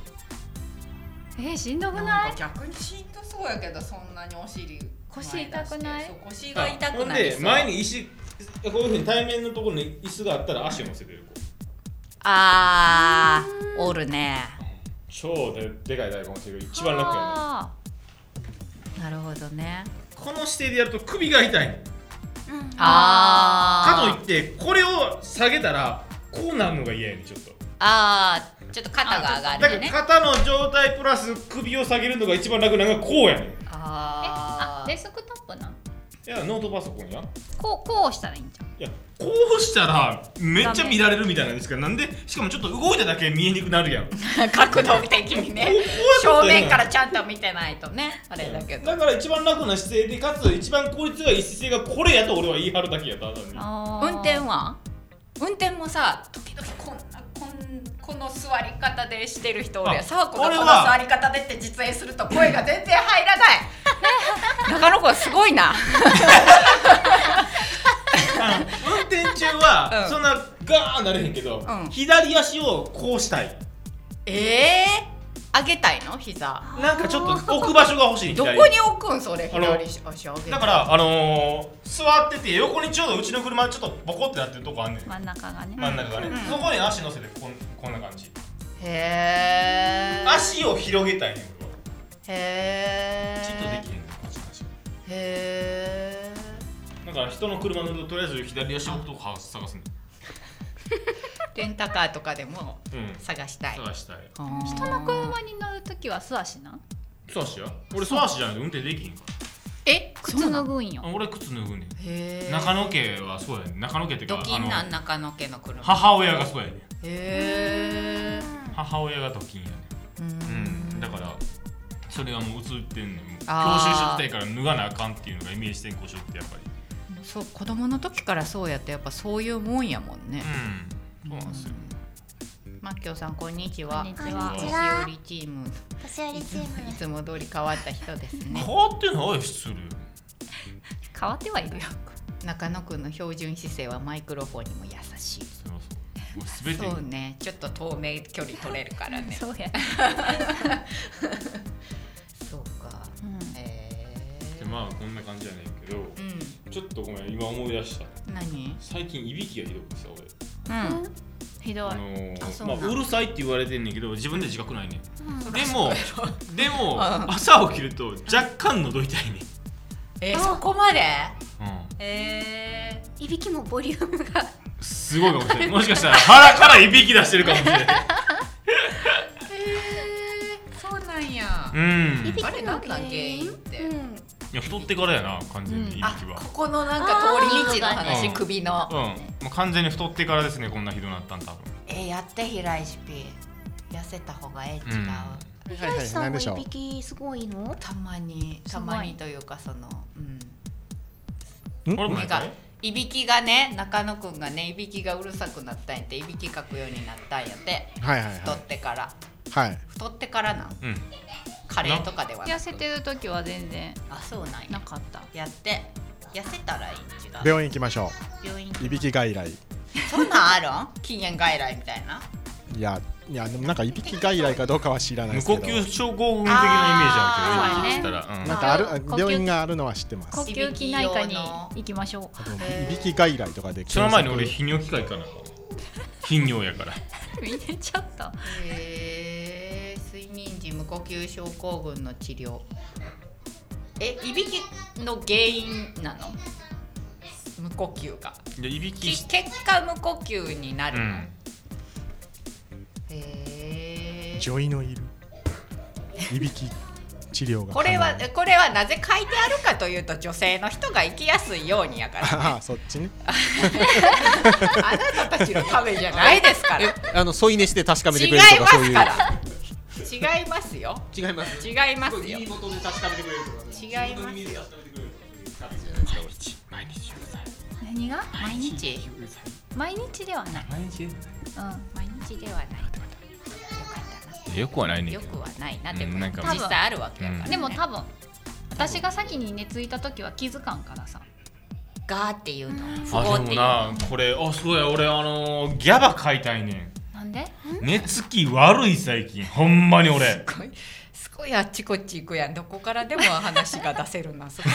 えー、しんどくななんいか逆にしんどそうやけどそんなにお尻腰痛くないそう腰が痛くなほんりでそう前に石こういうふうに対面のところに椅子があったら足を乗せてるこうあーおるね超ででかい大根をしてる一番楽やねあなるほどねこの姿勢でやると首が痛いのかといあーってこれを下げたらこうなるのが嫌やねちょっとあーちょっと肩が上がだるかよらね肩の状態プラス首を下げるのが一番楽なのがこうやねんいーえああデスクトップなんやノートパソコンやこうこうしたらいいんじゃんいやこうしたらめっちゃ見られるみたいなんですけどなんでしかもちょっと動いただけ見えにくくなるやんこあ 角度的にうねこ正う やったら面からちゃんと見てないとねあれだけどだから一番楽な姿勢でかつ一番効率がいい姿勢がこれやと俺は言い張るだけやっただにあー運転は運転もさ時々こんなこんこの座り方でしてる人おるやあんサーコがこ俺のは座り方でって実演すると声が全然入 らない中野子すごいなあの 運転中はうんそんなガーンなれへんけど、うん左足をこうしたいええー、上げたいの膝なんかちょっと置く場所が欲しいど左こに置くんそれあの左足上げてだからあのー、座ってて横にちょうどうちの車ちょっとボコってなってるとこあんねん真ん中がね真ん中がね、うんそこに足乗せてこんこんな感じへえ足を広げたいねん俺はへえちょっとできへんねんこっちの足へえだから人の車乗るととりあえず左足を置くとこ探すねレンタカーとかでもんうん探したい探したい人人の車に乗るときは素足なん素足や俺素足じゃないと運転できへんからえ靴靴脱のぐんよあ俺靴脱ぐねんへえ中野家はそうやねん中野家っていうドかキンなあんの中野家の車母親がそうやねんへえ母親がドキンやねうんうんだからそれがもう映ってんねんもう教習所あー自体から脱がなあかんっていうのがイメージ転校しよってやっぱりそう子供の時からそうやってやっぱそういうもんやもんね、うんそうなんですよマッキョさんこんにちはこんにちこんにちはは年寄りチーム年寄りチームいつも通り変わった人ですね変わってないしする変わってはいるよ中野くんの標準姿勢はマイクロフォンにも優しいそれはそうもう全てそうねちょっと透明距離取れるからねそうやそうかえでまあこんな感じやねんけどー、うちょっとごめん今思い出したん何最近いびきがひどくてさ俺うんひどいあのーあそうまなんあ、うるさいって言われてんねんけど自分で自覚ないねんうんでもでも うん朝起きると若干のどいたいねん、えそこまでうんえいびきもボリュームがすごいかもし れないもしかしたら腹からいびき出してるかもしれないー、えー、そうなんや、うんいびきいのあれなんなん原因ってうんや太ってからやな完全にいびきあはここのなんか通り道のあ話ー首のうん、もう完全に太ってからですねこんなひどなったん多分えー、やって平石 P 痩せた方がええ違う、うんはいひろしさん何もでしょいうびきすごいのたまにすたごいまにというかそのうん俺もや目ったがねいびきがね中野くんがねいびきがうるさくなったんやっていびきかくようになったんやってはいはい太はってからいはい太ってからなんうんカレーとかではなく痩せてる時は全然あそうなんなやかったやって痩せたらいいん違う病院行きましょ病院ういびき外来そんなんあるん禁煙外来みたいないやいやでもなんかいびき外来かどうかは知らな無いですけ呼ど吸症候群的なイメージあるけどいびきしたら、うんなんかあるあ病院があるのは知ってます呼吸器内科に行きましょあといびき外来とかでその前に俺泌尿器科行かな頻尿 やから う見れちゃったへえ睡眠時無呼吸症候群の治療えいびきの原因なの無呼吸がでいびききし結果無呼吸になうるの、んへえジョイのいるいびき治療がこれは可能これはなぜ書いてあるかというと女性の人が生きやすいようにや からああそっちねあなたたちのためじゃないですから違いあの添い寝して確かめてくれまるとかそうすいうから違いますよ違います違いますよいいことで確かめてくれるとか違いますよ自分の耳で確かめてくれるとか毎日何が毎日毎日ではない毎日うん毎日ではないよかったなよくはないねんよけくはないなうっんて、なんか実際あるわけやから、うでんでもも多多分分私が先に寝ついた時は気づかんからさガーっていうの不ど合あっでていもうなこれあそうや俺あのー、ギャバ買いたいねんなんで寝つき悪い最近ほんまに俺すごいすごいあっちこっち行くやんどこからでも話が出 せるなそこ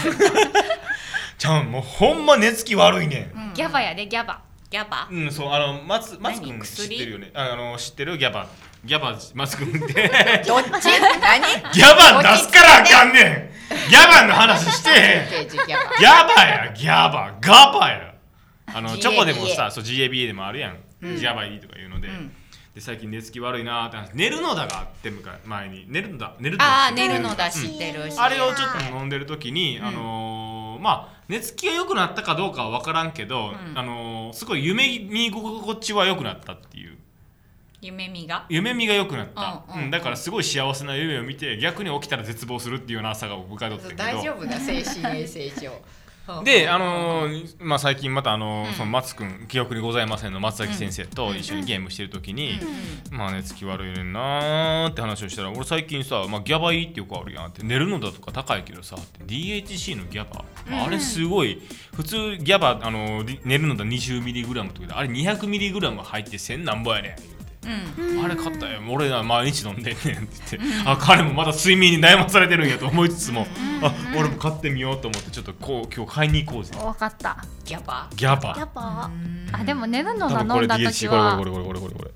ちゃんもうほんま寝つき悪いねんギャバやでギャバギャバうん、そう、あの、松、松君何知っ薬てるよね。ああの、知ってるギャバ。ギャバ、松 君って。どっ ち何ギャバン出すからあかんね んギャバンの話してへん刑事ギャバギャバやギャバガバやあの GABA チョコでもさそう GABA でもあるやん、うんギャバいいとか言うので,、んで最近寝つき悪いなーって話寝るのだがあって向かい前に寝るのだ寝るのだああ寝るのだ知うんってるしあれをちょっと飲んでる時に、んあのーまあ寝つきが良くなったかどうかは分からんけど、うんあのーすごい夢見心地は良くなったっていう夢見が夢見が良くなった、ううんんうんだからすごい幸せな夢を見て逆に起きたら絶望するっていうような朝が僕迎えとったけど大丈夫な精神衛生上で、あのーまあ、最近また、あのーうんその松君記憶にございませんの松崎先生と一緒にゲームしてる時に、まあね月悪いねんなーって話をしたら俺最近さ、まあ、ギャバいいってよくあるやんって寝るのだとか高いけどさって DHC のギャバ、まああれすごい普通ギャバ、あのーり寝るのだ 20mg とかであれ 200mg 入って1000何本やねん言うてうんあれ買ったよ俺ら毎日飲んでんねんって言って、あ彼もまだ睡眠に悩まされてるんやと思いつつも、あ俺も買ってみようと思ってちょっとこう今日買いに行こうぜ分かったギャバギャバやっぱ、あでも寝るの多が分こ飲れんだ DHC 時これはこれこれこれこれこれ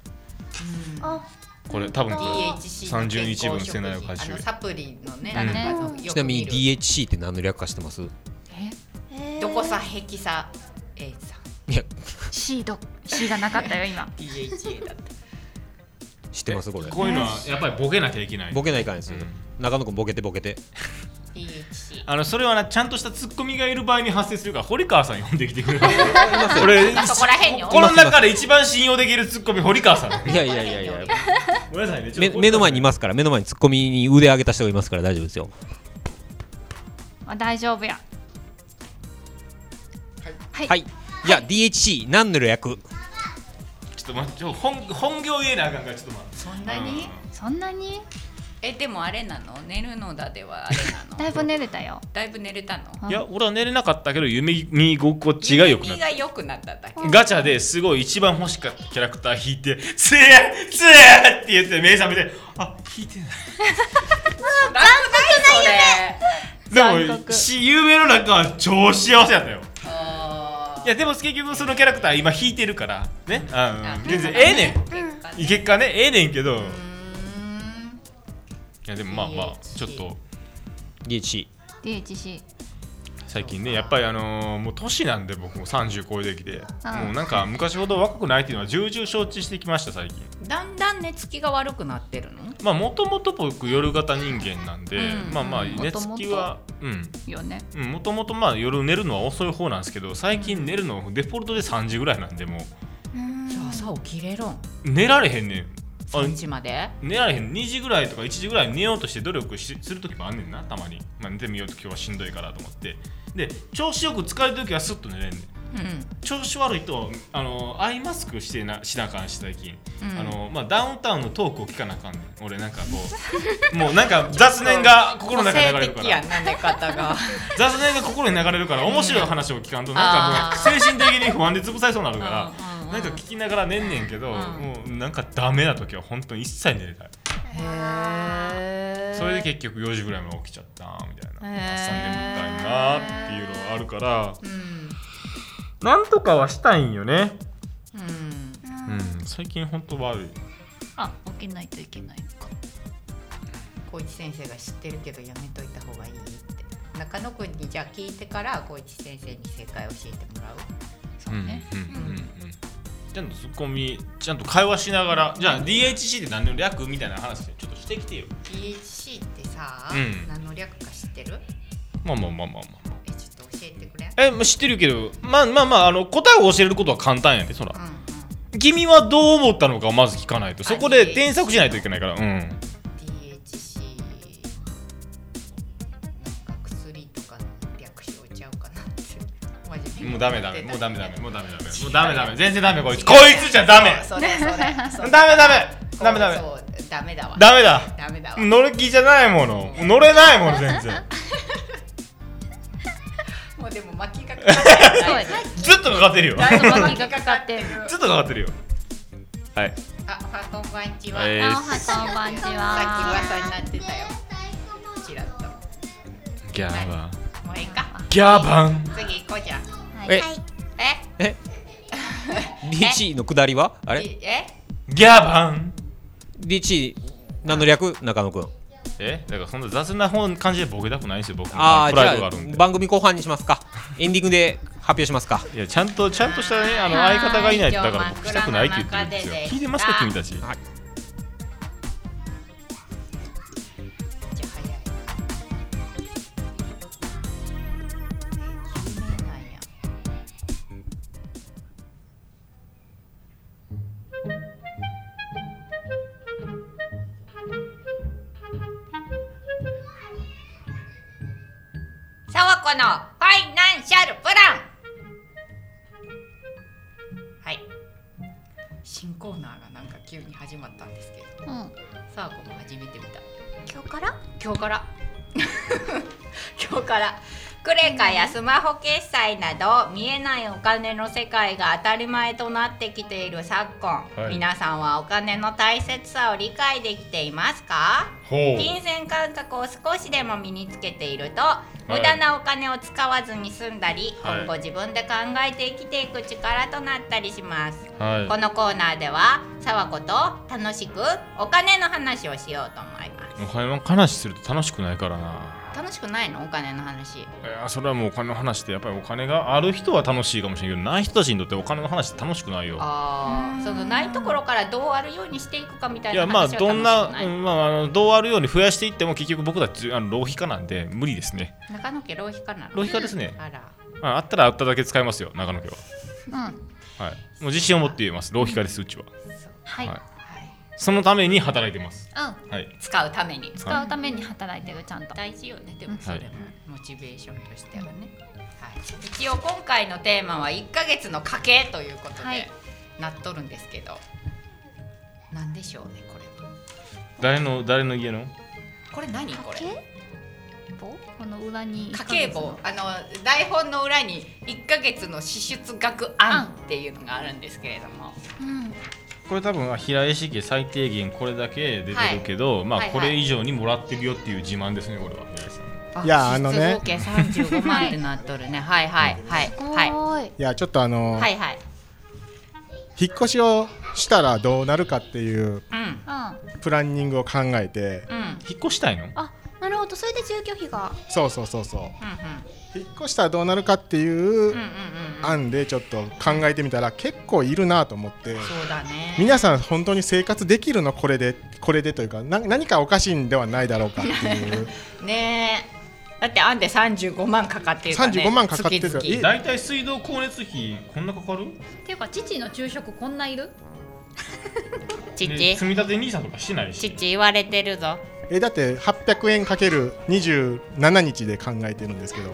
あこれ多分これ DHC の30日分背中を回収あのサプリのねだねなんかよく見るちなみに DHC って何の略化してますえーどこさヘキサエさいや C, ど C がなかったよ今 DHA だっ知ってますこれこういうのはやっぱりボケなきゃいけないボケないかんですよ、中野くんボケてボケてた DHC あのそれはなちゃんとしたツッコミがいる場合に発生するから堀川さん呼んできてくれ 俺そこら辺にこの中で一番信用できるツッコミ堀川さんいやいやいやいやごめんなさいねちょ目っと目の前にいますから目の前にツッコミに腕上げた人がいますから大丈夫ですよ あ大丈夫やはいはいじゃあ DHC 何の略ちょっと待ってちょ本本業言えなあかんからちょっと待ってそんなにそんなにえでもあれなの寝るのだではあれなだいのぶ寝れたよだいぶ寝れたのいや俺は寝れなかったけど夢見心地が良くなっ耳たが良くなっただけガチャですごい一番欲しかったキャラクター引いて「つえつえ!」って言って目覚めて「あ引いてない残酷な夢」でもし夢の中は超幸せやったよあいやでも結局そのキャラクター今引いてるからねーあうん全然ええねん結果ね結果ねええねんけど、うーんいやでもまあまあちょっと DHC DHC 最近ねやっぱりあのーもう年なんで僕も30超えてきてんもうなんか昔ほど若くないっていうのは重々承知してきました最近だんだん寝つきが悪くなってるのまあもともと僕夜型人間なんで、うんまあまあうん寝つきはうんよねうんもともとまあ夜寝るのは遅い方なんですけど最近寝るのデフォルトで3時ぐらいなんでもじゃあ朝起きれるんう寝られへんねんあ3時まで寝られへん2時ぐらいとか1時ぐらいに寝ようとして努力しする時もあんねんなたまに、まあ、寝てみようと今日はしんどいからと思ってで調子よく疲れた時はスッと寝れんねんうん調子悪いとあのアイマスクしてなしなあかんし最近、うんあのまあ、ダウンタウンのトークを聞かなあかんねん俺なんかこう もうなんか雑念が心の中に流れる個か性的やらんな寝方が雑念が心に流れるから面白い話を聞かんとなんかもう精神的に不安で潰されそうになるかうんうんうんらなんか聞きながら寝んねんけど、うんもうなんかダメな時は本当に一切寝れない、へそれで結局4時ぐらいまで起きちゃったみたいな、へー朝眠たいなっていうのがあるからうんなんとかはしたいんよね、うんうん、最近本当悪いあ起きないといけないのか浩一先生が知ってるけどやめといた方がいいって中野くんにじゃあ聞いてから浩一先生に正解教えてもらうそうね、うんうんうんうんちゃんとツッコミちゃんと会話しながらじゃあ DHC って何の略みたいな話ちょっとしてきてよ DHC ってさ、うん何の略か知ってるまあまあまあまあまあえちょっと教えてくれえまあ知ってるけどまあまあまああの答えを教えることは簡単やでそらうんうん君はどう思ったのかをまず聞かないとそこで添削しないといけないからうん DHC なんか薬とかの略称ちゃうかなって真面目にもうダメダメもうダメダメももううダメダメもうダメダメ全然ダメこいつこいつじゃダメそれそれそダメれダメダメダメそうダメだわダメだダメだわ乗る気じゃないもの乗れないもの全 然もうでも巻きがかかってそうなやいでずっとかかってるよだいぶ巻きががかかかかっっててるるずっとかかってるよはいあ、おはこんばんちは。えあおーはこんばんちさっき噂にはなってたよ。ちらっと。ギャバンもういいか。ギャバン次行こうじゃん。ええ？えリーチの下りはあれいえギャバンリーチ何の略中野くんえだからそんな雑な方感じでボケたくないんですよ僕ああプじライドがゃあるんあで番組後半にしますかエンディングで発表しますかいやちゃんとちゃんとしたねあの相方がいないとだから僕したくないって言ってるんですよはい聞いてますか君たちはいじゃあ早い有名なんやサワコのファイナンシャルプランはい新コーナーがなんか急に始まったんですけどうんサワコも始めてみた今日から今日から 今日からクレカやスマホ決済など見えないお金の世界が当たり前となってきている昨今、はい皆さんはお金の大切さを理解できていますかほ金銭感覚を少しでも身につけていると、い無駄なお金を使わずに済んだり、はい今後自分で考えて生きていく力となったりしますはいこのコーナーではさわこと楽しくお金の話をしようと思いますお金の話すると楽しくないからな楽しくないのお金の話いやそれはもうお金の話ってやっぱりお金がある人は楽しいかもしれないけどない人たちにとってお金の話って楽しくないよああそのないところからどうあるようにしていくかみたいいなやまあ話は楽しくどないんな、うんまあ、あのどうあるように増やしていっても結局僕たちあの浪費家なんで無理ですね中野家浪費かな浪費家ですねあらああったらあっただけ使いますよ長野家はうんはいもう自信を持って言えます浪費家ですうちははい、はいはいそのために働いてますうんはい使うために使うために働いてるちゃんと大事よねでもうんそれもモチベーションとしてはね、はい、一応今回のテーマは1ヶ月の家計ということで、はいなっとるんですけどなんでしょうねこれは誰の誰の家のこれ何これ棒この裏に家計簿あの台本の裏に1ヶ月の支出額案っていうのがあるんですけれどもうんこれ多分平井式最低限これだけ出てるけど、まあはいはいこれ以上にもらってるよっていう自慢ですねこれは平井さんいやあのね支出合計35万ってなっとるねはいはいはいはいおーいいやちょっとあのはいはい引っ越しをしたらどうなるかっていううんうプランニングを考えてうんうんうん引っ越したいのあなるほどそれで住居費がそうそうそうそう引っ越したらどうなるかっていううんうんうんうん案でちょっと考えてみたら結構いるなと思ってそうだね皆さん本当に生活できるのこれでこれでというかな何かおかしいんではないだろうかって いうねえだってあんで35万かかってるからね35万かかってる月々え大体水道光熱費こんなかかるんっていうか父の昼食こんないるで父積み立て兄さんとかしてないし父言われてるぞえだって800円かける27日で考えてるんですけど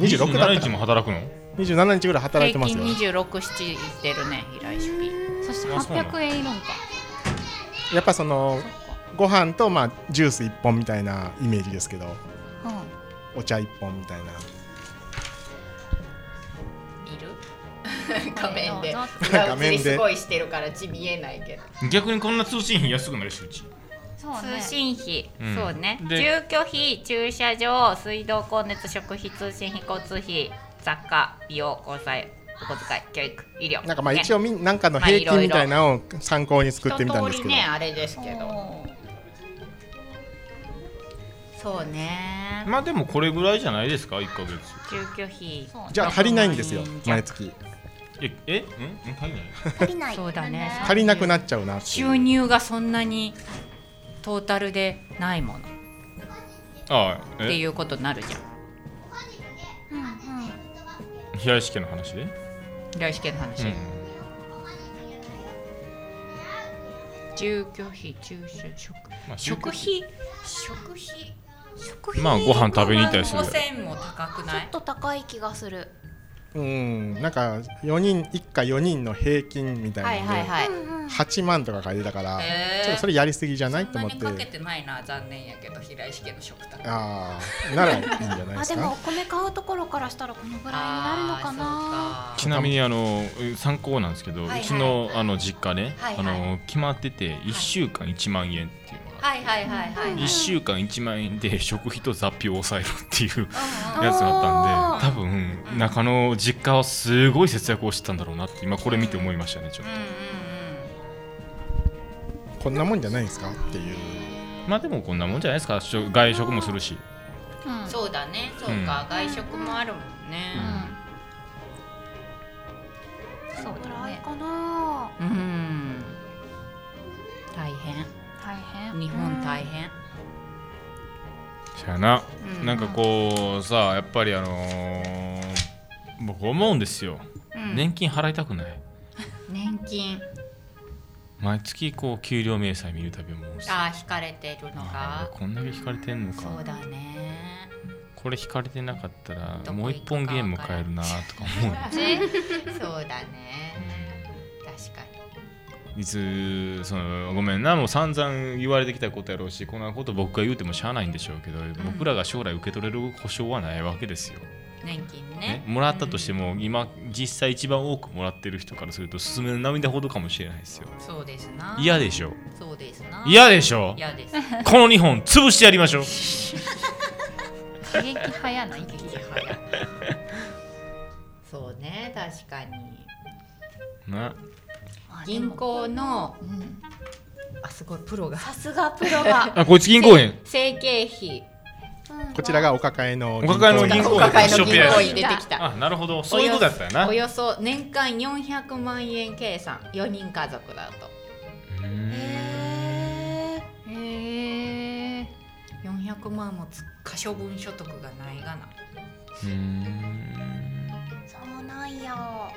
26だっ27た日も働くの27日ぐらい働いて平ます均よ267いってる ね平井主義そしてあそうなの800円いるんかやっぱそのご飯とまあジュース1本みたいなイメージですけどうんお茶1本みたいないる画面でな画画面面ですですごいしてるから血見えないけど逆にこんな通信費安くなるしうちそうね通信費、うんそうね住で居費駐車場水道光熱食費通信費交通費雑貨美容交際お小遣い教育医療なんかまあね一応みんなんかのまあい平ろいろ均みたいなのを参考に作ってみたんです一け通ど、りねあれですけどおーそうねまあでもこれぐらいじゃないですか1か月住居費そうじゃあ足りないんですよじゃあ毎月ええうん足りない足りないそうだね足りなくなっちゃうなっていう収入がそんなにトータルでないものっああてえいうことになるじゃん平井式の話で外資系の話、住居費駐車食まあ食住費食費食費まあご飯食べに行ったりする5 0も高くちょなっいと高い気がするうんなんか4人一家4人の平均みたはいいなはいのではい、 8万とか書いてたからへーちょっとそれやりすぎじゃないとそん思なっにかけててないな残念やけど平井家の食卓ああならいいんじゃない であすでもおか米買うところからしたらこのぐらいになるのかなあーちなみにあの参考なんですけど、いはいうちのあの実家ね、はいはいあの決まってて1週間1万円っていうのがはいはいはいはい、 1週間1万円で食費と雑費を抑えるっていううやつがあったんで多分中野実家はすごい節約をしてたんだろうなって今これ見て思いましたねちょっんうんうんうんこんなもんじゃないですかっていうとまあでもこんなもんじゃないですかしょ外食もするしうんうんそうだねそうか、外食もあるもんね、そうだねかなうん大変大変日本大変そやな、うんなんかこうさやっぱりあのー僕思うんですよ、うん年金払いたくない年金毎月こう給料明細見るたび思うしあー引かれてるのあがこんだけ引かれてんのかそうだねこれ引かれてなかったらどもこう行一くか本ゲーム買えるなとか思うよ そうだね確かに いつそのごめんなもう散々言われてきたことやろうしこんなこと僕が言うてもしゃあないんでしょうけど、僕らが将来受け取れる保証はないわけですよ、年金ねね、もらったとしても、今実際一番多くもらってる人からすると進める涙ほどかもしれないですよそうですな嫌でしょそうですな嫌でしょ嫌ですこの2本潰してやりましょう 過激派やない激派やなそうね確かにな銀行の、あすごいプロがさすがプロがあこいつ 銀行員整形費こちらがお抱えのお抱えの銀行お員抱えの銀ショッ行ピ員出てきたあなるほどそういうことだったよなおよそ年間400万円計算4人家族だとうーんへえ400万もつ可処分所得がないがなうーんそうなんよ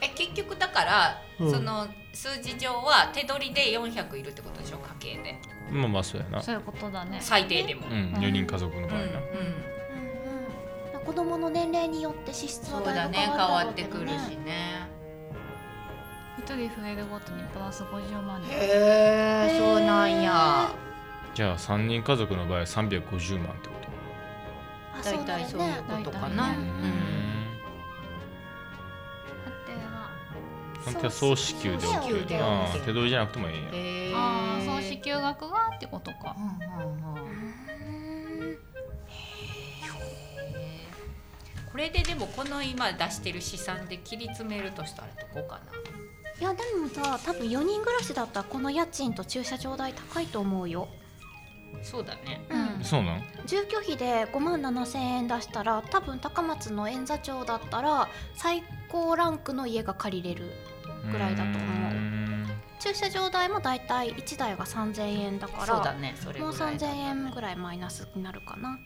え結局だから、うんその数字上は手取りで400いるってことでしょ家計でまあまあそうやなそういうことだね最低でも、うん4人家族のう場ん合う、なんうんうん子供の年齢によって支出そはうだだいぶね変変わわるってだろくうるけどしね一人増えるごとにプラス50万円へえそうなんやじゃあ3人家族の場合は350万ってこあと大そうだ体よそういうねことかな、うううーんん発展は本当は総支給で OK 総支給で OK ああ手取りじゃなくてもいいんやへーああ総支給額がってことかうんうんうんへーこれででもこの今出してる資産で切り詰めるとしたらどこかいやでもさ多分4人暮らしだったらこの家賃と駐車場代高いと思うよなそうだねうんそうなん住居費で5万7千円出したら多分高松の円座町だったら最高ランクの家が借りれるぐらいだと思うーん駐車場代もだいたい1台が3千円だからそうだねそれぐもらういだ3千円ぐらいマイナスになるかな、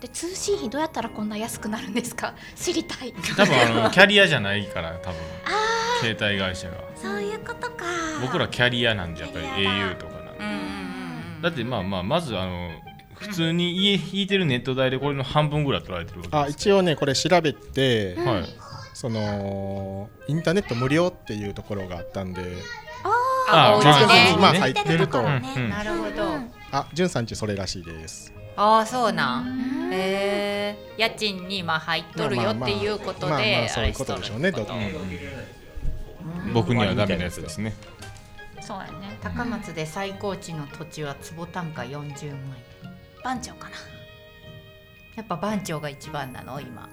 で通信費どうやったらこんな安くなるんですか 知りたい多分あのキャリアじゃないから多分携帯会社がそういうことか僕らキャリアなんでやっぱりキャリアだ au とかなんでうんうんうんだってまあまあまずあの普通に家引いてるネット代でこれの半分ぐらい取られてるわあけです一応ねこれ調べて、よはいそのインターネット無料っていうところがあったんでああおうまあちねまあね入ってると、入ってるところうんうんなるほど、うんあじゅんさんちそれらしいですああそうなんへえ家賃にまあ入っとるよっていうことまあまあまあまであそういうことでしょうねあれとるってこ僕にはダメなやつですねそうやねと高松で最高値の土地は坪単価40万円番長かなやっぱ番長が一番なの今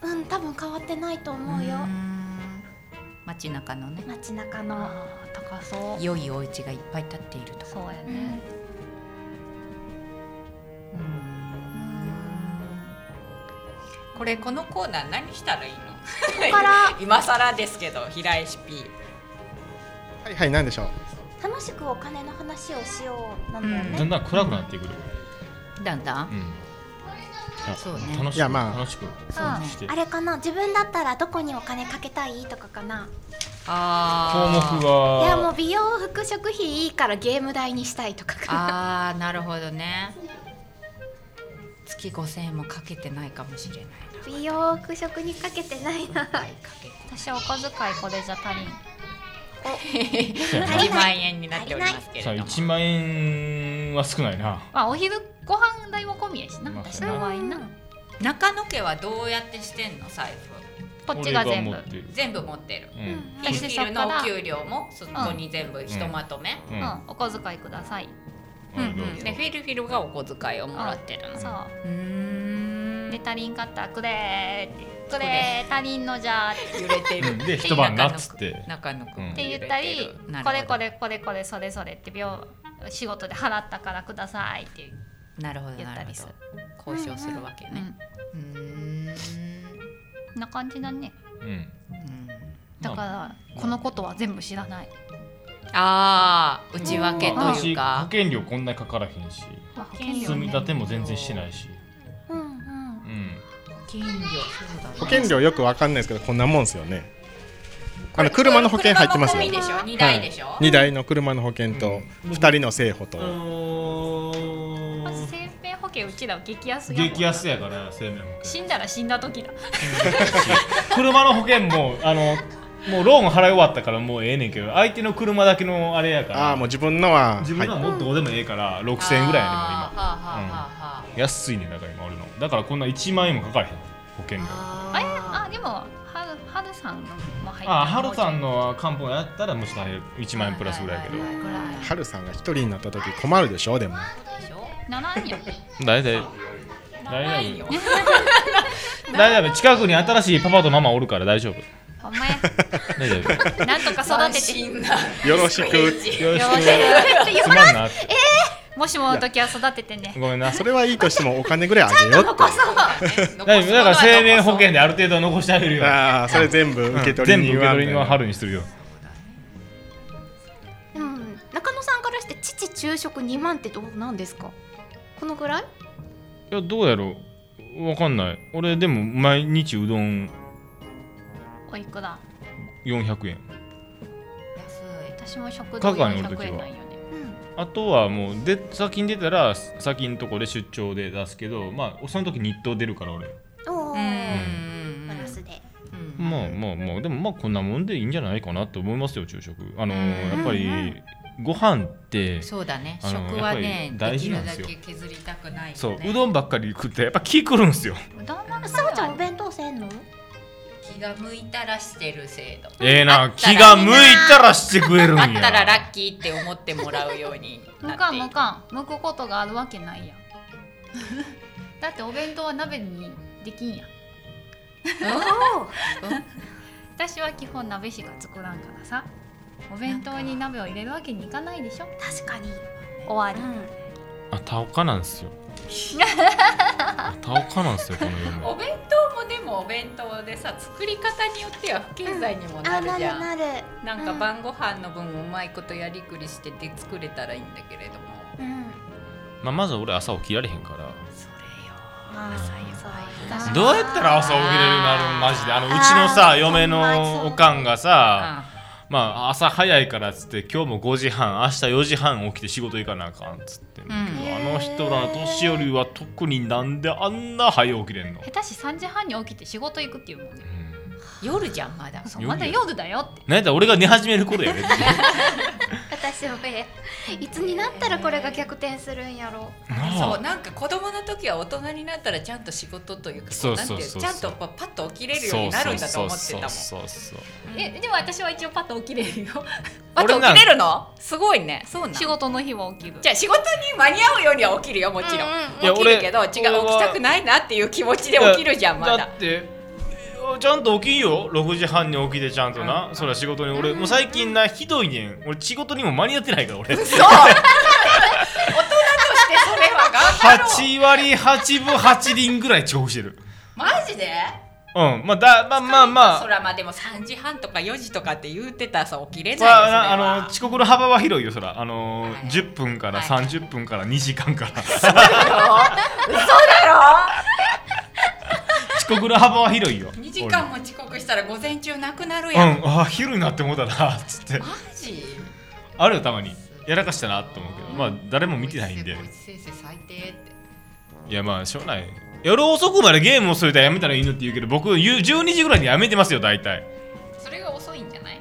うん多分変わってないと思うよ、ん街中のね街中のああ高そう良いお家がいっぱい建っているとそうやうねんこれこのコーナー何したらいいのここから 今更ですけど平井 SP はいはい何でしょう楽しくお金の話をしようなんだよだんね、だん暗くなっていくるだんだんうんそうね楽しいくやまあ楽しくあしてあれかな自分だったらどこにお金かけたいとかかな項あ目いやもうが美容服飾費いいからゲーム代にしたいとかかなあーなるほどね月5000円もかけてないかもしれないな美容服飾にかけてないなはいかけ私お小遣いこれじゃ足りん2万円になっておりますけさあれども1万円は少ないなまあお昼ご飯代も込みやしなまあ私の場合な中野家はどうやってしてんの財布こっちが全部俺持ってる全部持ってるううんんヒそーしフィてそルっのかおら、給料もそこに全部ひとまとめ、うんうん、お小遣いください、うんうんでフィルフィルがお小遣いをもらってるのそううーんでで足りんかったらくれーってくれー足りんのじゃーって揺れてる、うんで一晩なっつって中野くんうんって言ったりこれこれこれこれそれそれって病仕事で払ったからくださいってなるほど言っなたるほりするど交渉するわけねうーんこんな感じだねうんうんだからこのことは全部知らないああ内訳という私保か険料こんなにかからへんしまあ保いいよね険積料みね立ても全然してないしうんうんうん保険料そうだな保険料よくわかんないですけどこんなもんですよねあの車の保険入ってますよ車も込みでしょ2台でしょ、 2台の車の保険と2人の生保と、まず生命保険うちらは激安やもん激安やから生命保険死んだら死んだ時だ車の保険もあのもうローン払い終わったからもうええねんけど相手の車だけのあれやからああもう自分のは自分のははもうどうでもええから6000円ぐらいやねんもあうーはあはあはあはあ今安いねんだから今俺のだからこんな1万円もかからへん保険料あれああでもはるはるさんのも入ってああはるさんの漢方やったらもし大変1万円プラスぐらいやけどはいはいぐらい春さんが1人になった時困るでしょでもーでしょならんよ大体大な丈いよ夫大丈夫近くに新しいパパとママおるから大丈夫ほんまや大丈夫なんとか育てて安心だよろし くよ ろしくつまんなってもしもの時は育ててねごめんなそれはいいとしてもお金ぐらいあげようって大丈夫だから生命保険である程度残してあげるよああそれ全部受け取りに全部受け取りにはは春にするようん中野さんからして父昼食2万ってどうなんですかこのぐらいいやどうやろうわかんない俺でも毎日うどんおいくら400円私も食堂香川におる時400円はなんよねあとはもうで先に出たら先のとこで出張で出すけどまあその時日当出るから俺おお、うんプラスでうんまあまあまあでもまあこんなもんでいいんじゃないかなと思いますよ昼食あのうんーやっぱりご飯ってそうだねあ食のはねやっぱでり大き事なるんでだすけよ削りたくないよねそううどんばっかり食ってやっぱ気くるんすようどんはさおちゃんお弁当せんの気が向いたらしてる制度ええあなったらい気いなが向いたらしてくれるんあやったらラッキーって思ってもらうようになむっかてんいむくかんむくことがあるわけないやんだってお弁当は鍋にできんやん私は基本鍋しか作らんからさお弁当に鍋を入れるわけにいかないでしょ確かに終わあたおかなんで すよあたおかなんですよこの世おも弁当もでもお弁当でさ作り方によっては不経済にもなあるなじゃん、るなるなんか晩ご飯の分うまいことやりくりしてて作れたらいいんだけれどもうんまあ、まず俺朝起きられへんからそれよまあ最悪りどうやったら朝起きれるようになるんマジであのうちのさあー嫁のおかんがさあまあ朝早いからっつって今日も5時半明日4時半起きて仕事行かなあかんっつって、んあの人ら年寄りは特になんであんな早起きれんの、下手し3時半に起きて仕事行くっていうもんねうん、夜じゃんまだそう夜まだ夜だよってなんやったら俺が寝始める頃 やで私もえいつになったらこれが逆転するんやろなそうあなんか子供の時は大人になったらちゃんと仕事というかそうなんていうそうそうちそゃうんとパパッと起きれるようになるんだと思ってたもんそうそうそうそうえでも私は一応パッと起きれるよパッと俺なん起きれるのすごいねそうなん仕事の日は起きるじゃあ仕事に間に合うようには起きるよもちろん、いや起き俺るけど違う起き俺はたくないなっていう気持ちで起きるじゃんまだだっていやちゃんと起きんよ6時半に起きてちゃんとな、それは仕事に俺、もう最近なひどいねん俺仕事にも間に合ってないから俺そう大人としてそれは頑張ろう8割8分8厘ぐらい遅刻してるマジでうんまあだまあまあまそあらまあでも3時半とか4時とかって言うてたらさ起きれないよそれまあ、はあの遅刻の幅は広いよそらあのーはい10分からはい30分から2時間から遅刻の幅は広いよ2時間も遅刻したら午前中なくなる俺うやん、んああ昼になってもうたなっつってマジあるよたまにやらかしたなと思うけどまあ誰も見てないんでこいつ先生最低っていやまあしょうがない夜遅くまでゲームをするとやめたらいいのって言うけど僕ゆ12時ぐらいにやめてますよ大体それが遅いんじゃない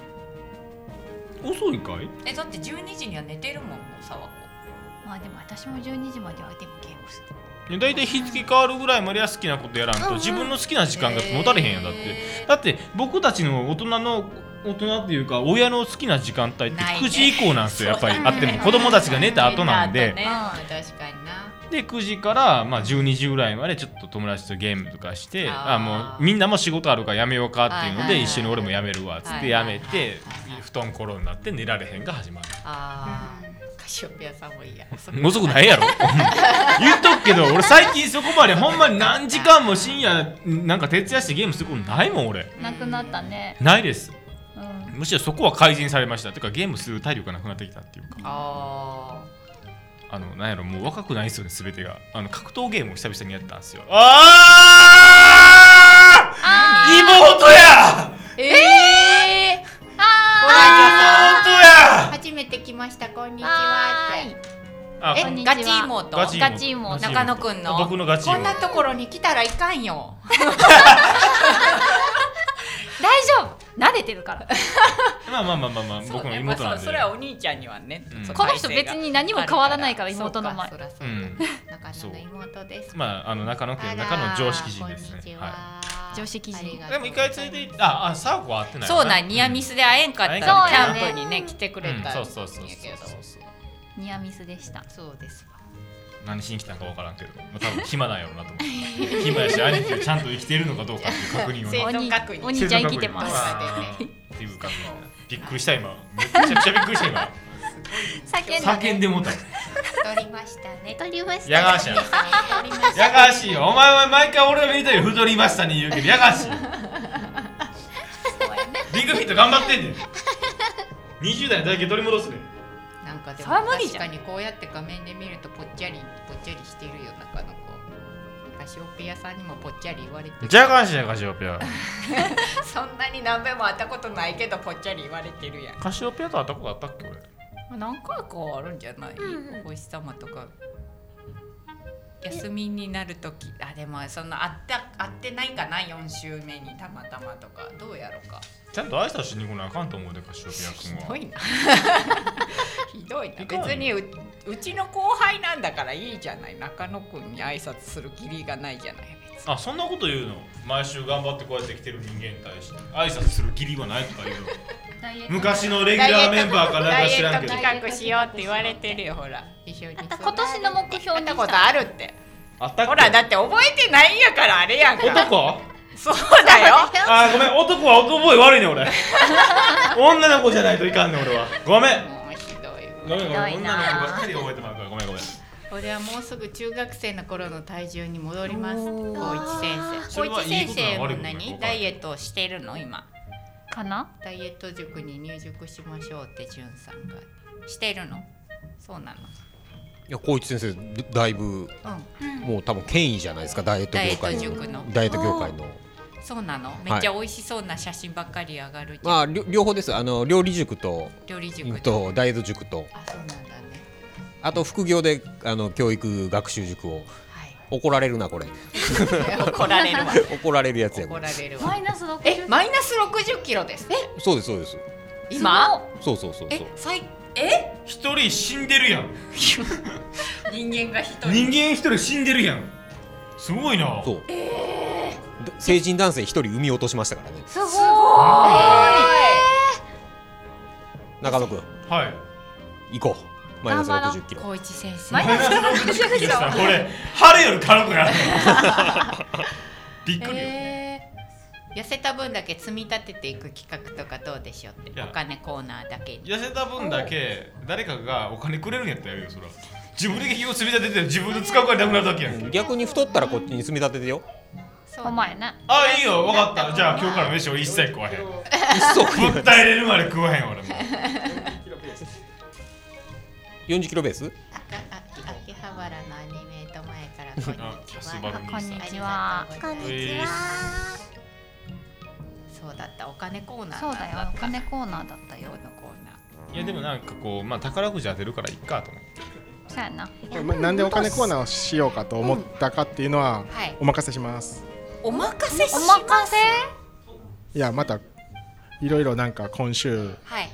遅いかいえだって12時には寝てるもんもうさわこまあでも私も12時まではでもゲームするね大体日付変わるぐらいまでは好きなことやらんと自分の好きな時間が持たれへんやんだってだって僕たちの大人の大人っていうか親の好きな時間帯ってないね9時以降なんですよやっぱりそうあだっねても子供たちが寝た後なんで寝た後ね確かになで9時からまあ12時ぐらいまでちょっと友達とゲームとかしてああーもうみんなも仕事あるからやめようかっていうのはいはいはでい一緒に俺もやめるわっつっはてやいはいはいめて布団転んだって寝られへんが始まるあーカシオペアさんもいいや遅く遅くないやろ 言っとくけど俺最近そこまでほんまに何時間も深夜なんか徹夜してゲームすることないもん俺なくなったね。ないですうん。むしろそこは改善されましたてかゲームする体力がなくなってきたっていうかああのなんやろもう若くないですよね全てがあの格闘ゲームを久々にやったんですよあー妹やーえーあ妹や初めて来ましたこんにちははーっいて。あえこんにガチ妹ガチガ妹チ妹中野くんの僕のガチこ妹んなところに来たらいかんよ大丈夫。慣れてるから。まあまあまあまあまあ僕の妹なんでそれはお兄ちゃんにはね、うんその この人別に何も変わらない から妹の前そ。うかそらそううんか中野の妹ですまああの中野くんの中の常識人であらこすんにちねはいは常識人ありがとうでも一回連れて行ってああサーコは会ってないそうなんニアミスで会えんかったうんキそうやャンねプにね来てくくれたんやけそどうそうそうそうそうニアミスでした。そうですわ何しに来たんかわからんけど、まあ、多分暇なんやろうなと思って暇やし兄貴がちゃんと生きてるのかどうかっていう確認を生ね存確認お兄ちゃん生きてます。っていう確認びっくりした今めちゃくちゃびっくりした今叫んだ叫んね。でもうた太りましたね取りましやがわしやな太りましたやがわしいよお前は毎回俺の言いたいよ太りましたね言うけどやがわしいよビッグフィット頑張ってんねん20代の体型取り戻すねんなんかでもそれは無理確じゃかんにこうやって画面で見るとぽっちゃりぽっちゃりしてるよ中の子カシオペアさんにもぽっちゃり言われてるじゃがわしやカシオペアそんなに何べも会ったことないけどぽっちゃり言われてるやんカシオペアと会ったことあったっけ俺何回かはあるんじゃない、うんうんお星様とか休みになる時あでもその会った会ってないかな4週目にたまたまとかどうやろうかちゃんと挨拶しに来なあかんと思うでカシオペひア君どはいな ひどいないかん別にううちの後輩なんだからいいじゃない中野くんに挨拶する義理がないじゃない別にあそんなこと言うの毎週頑張ってこうやって来てる人間に対して挨拶する義理はないとか言う の昔のレギュラーメンバーかなんダかイ知エらッんけトど企画しようって言われてるよほら一緒にあんた今年の目標やっにたしことた。あるってあったっけほらだって覚えてないんやからあれやんか男そうだよ あーごめん男は男覚え悪いね俺女の子じゃないといかんね俺はごめんもうひどいごめんごめんひどい女のな子ばっかり覚えてまうからごめんごめん俺はもうすぐ中学生の頃の体重に戻ります高一先生それ高は一いい先ことな生のも悪いことなの何ダイエットをしてるの今かな？ダイエット塾に入塾しましょうってじゅんさんがしてるのそうなのいや光一先生だいぶうんもう多分権威じゃないですかダイエットダイエ業ット界塾ののダイエット業界のそうなのめっちゃ美味しそうな写真ばっかり上がるまありょ両方ですあの料理塾と料理う塾んとダイエット塾とあそうなんだねあと副業であの教育学習塾を怒られるなこれ はい 怒られ るわ怒られるやつやこ怒れられるわマイナス六えマイナス60キロですえそうですそうです今そうそうそうえそう最え一人死んでるやん人間が一人間一人死んでるやんすごいなそう、だ成人男性一人産み落としましたからねすごい。中野くん はい行こうマイナス頑張ろう60キロ高一先生マイナス六十キでロ。さこれ春より軽くな るびっくりよえー痩せた分だけ積み立てていく企画とかどうでしょうっていやお金コーナーだけに痩せた分だけ誰かがお金くれるんやったらやるよそら自分で費用積み立てて自分で使うからなくなるだけやんけ逆に太ったらこっちに住み立ててよそお前な。あいいよ分かったじゃあ今日から飯俺一切食わへんぶ一 足っ耐えれるまで食わへん俺も40キロベースああ秋葉原のアニメート前からこんにあキャちスはバルこんミにさんありちがは。とうごこざんいまにすちは。そうだったお金コーナーそうだよ。お金ココーナーだったよー。ナーいやでもなんかこうまあ宝くじ当てるからいっかと思ってそうやな。まあなんでお金コーナーをしようかと思ったかっていうのははいお任せします。お任せしおます任せ。いやまたいろいろなんか今週はい、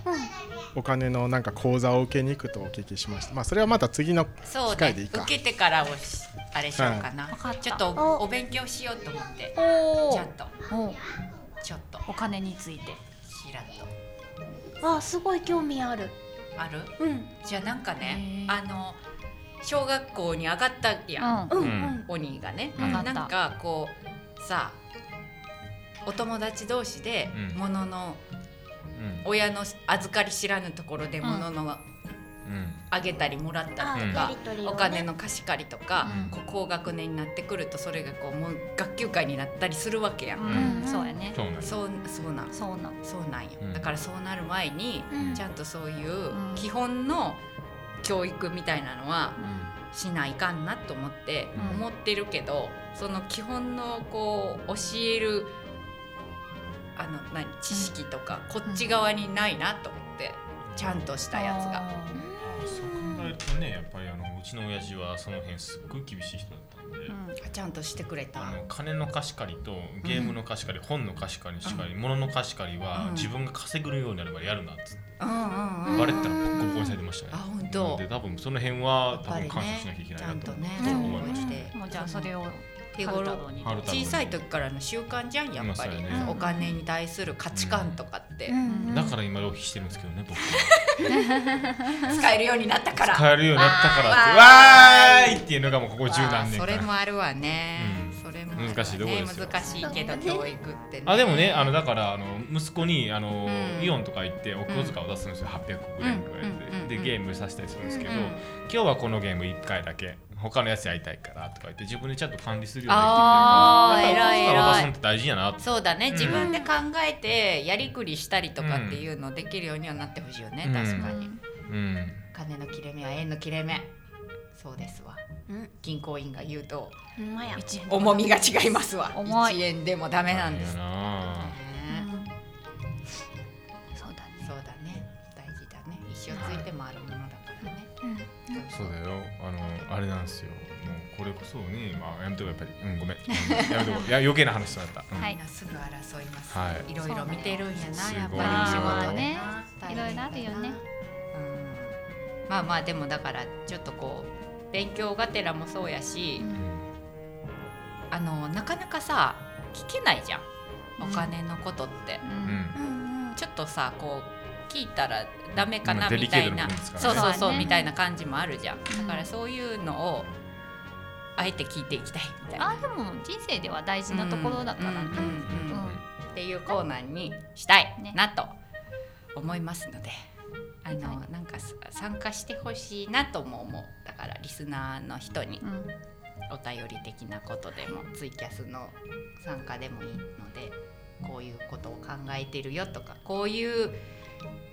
お金のなんか講座を受けに行くとお聞きしました。まあそれはまた次のそう機ね会でいいか。受けてからおしあれしようかな、はいちょっとわかったおお勉強しようと思っておちおゃんとちょっとお金についてちらっとあすごい興味あるあるうんじゃあなんかねへあの小学校に上がったやん、うんうん、うんお兄がね、うんなんかこうさお友達同士でうん物の親の預かり知らぬところで物のあげたりもらったありうとんか、やり取りをねお金の貸し借りとか、うんこう高学年になってくるとそれがこうもう学級会になったりするわけやん、んうんそうやねそうなんですそうそうなんそうなんそうなんよ、うんだからそうなる前に、うんちゃんとそういうん基本の教育みたいなのはうんしないかんなと思ってうん思ってるけど、その基本のこう教えるあの何知識とかこっち側にないなと思ってちゃんとしたやつが。そう考えるとねやっぱりあのうちの親父はその辺すっごい厳しい人だったんで、ちゃんとしてくれたあの金の貸し借りとゲームの貸し借り、本の貸し借りしかり、物の貸し借りは、うん自分が稼ぐようになればやるなっつって、うんうんうんバレてたらボッコボコにされてましたねあ本当で多分その辺やはっ多ぱ分り感謝しなきゃいねけちなゃいんなとと思,、ね思いました、てもうじゃあそれを手頃に春太郎小さい時からの習慣じゃんやっぱり、まあそうやねお金に対する価値観とかって、うんだから今浪費してるんですけどね僕使えるようになったから買えるようになった からってわーいっていうのがもうここ十何年わあそかれらもあるわね、うんそれもあるわね難しいとこですよ難しいけど教育って、ね、あでもねあのだからあの息子にあの、うんイオンとか行ってお小遣いを出すんですよ、800ぐらいぐらいで,、うんうんでうんゲームさせたりするんですけど、うんうん今日はこのゲーム1回だけ他のやつやりたいからとか言って自分でちゃんと管理するようにあーなってきてるから偉い偉いやっぱお父さんって大事やなってそうだね、ん自分で考えてやりくりしたりとかっていうのできるようにはなってほしいよね、うん確かにうん金の切れ目は縁の切れ目そうですわうん銀行員が言うとほんまや重みが違いますわ重い1円でもダメなんですね大変やなそうだねそうだね大事だね一生ついて回るものだからね、そうだよあのあれなんですよもうこれこそねまあやめとこうやっぱりう んごめんうんやめとこういや余計な話となった、うんはいみんなすぐ争います、、はいろいろ見てるんやなそうだやっすよごいよぱり仕事ね大変いだなろいろあるよねうんまあまあでもだからちょっとこう勉強がてらもそうやし、うんあのなかなかさ聞けないじゃんお金のことって、うんちょっとさこう聞いたらダメかなうんみたいな、デリケートな部分ですからねそうそうそう、まあねみたいな感じもあるじゃん、んだからそういうのをあえて聞いていきたいみたいな。あでも人生では大事なところだからうんねうんうんうんうんっていうコーナーにしたいねなと思いますので、あのなんかさ参加してほしいなとも思うだからリスナーの人にうんお便り的なことでもツイキャスの参加でもいいのでこういうことを考えてるよとかこういう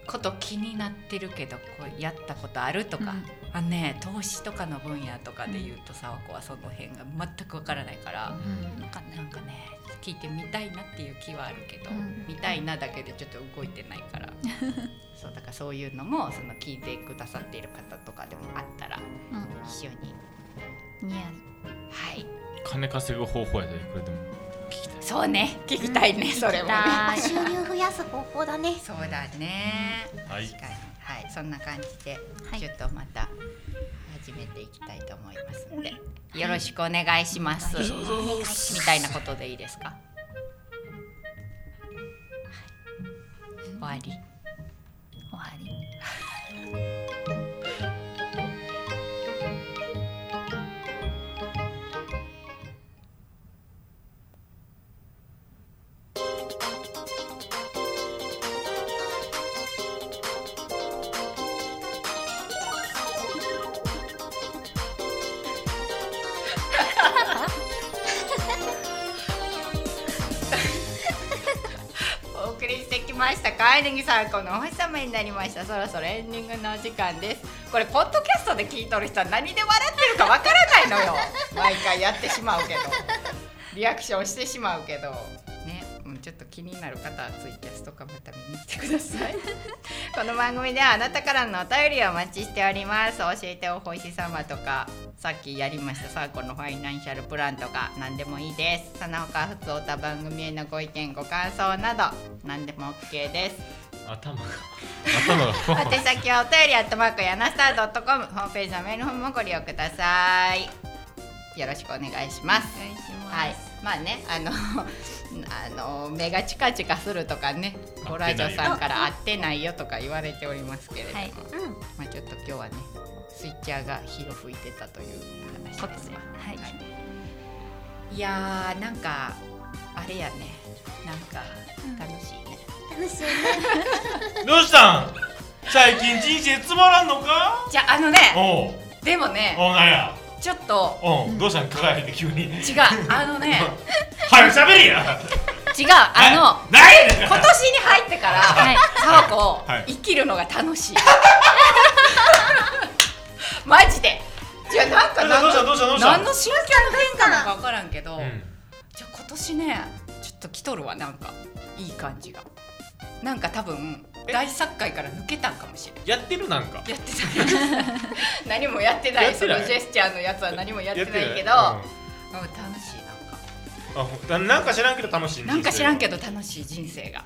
こと気になってるけどこうやったことあるとか、うんあのね投資とかの分野とかで言うとさ、お子はその辺が全くわからないから。うんなんかなんかね聞いてみたいなっていう気はあるけど、うん見たいなだけでちょっと動いてないから そうだからそういうのもその聞いてくださっている方とかでもあったらう一緒にんにやりはい金稼ぐ方法やでこれでもそうね聞きたいね、それもねあ収入増やす方法だねそうだね、はい確かにはいそんな感じで、はいちょっとまた始めていきたいと思いますので、よろしくお願いします、みたいなことでいいですか、はい終わり終わりお送りしてきましたかエネギさんこのお星様になりましたそろそろエンディングのお時間ですこれポッドキャストで聞いとる人は何で笑ってるかわからないのよ毎回やってしまうけどリアクションしてしまうけどねうんちょっと気になる方はツイキャスとかまた見に来てくださいこの番組ではあなたからのお便りをお待ちしております教えてお星様とかさっきやりましたサーコのファイナンシャルプランとか何でもいいですその他普通おた番組へのご意見ご感想など何でも OK です頭 が頭がふわふわ宛先はお便りアットマークやなスタート .com ホームページのメールフォームもご利用くださいよろしくお願いします願いします。はいまあねあのあの目がチカチカするとかねご来場さんから合ってないよとか言われておりますけれども、はいうんまあちょっと今日はねスイッチャーが火を吹いてたという話ことですでわはい。いやーなんかあれやねなんか楽しいね、楽しいねどうしたん最近人生つまらんのかじゃああのねおうでもねおうなんやちょっとおうどうしたん輝いて急 に違うあのね早く喋れや違うあの何やねん今年に入ってからはい。サワコはい生きるのが楽 しいマジでじゃあなんかどうした何どうしたどうのした何の心境の変化なのか分からんけど、うんじゃあ今年ねちょっと来とるわなんかいい感じがなんか多分大作界から抜けたんかもしれやってるなんかんやってない 何もやってないやってないそのジェスチャーのやつは何もやってないけどやってうん楽しいなんかないうんあほんななんか知らんけど楽しいなんか知らんけどど楽しい人生が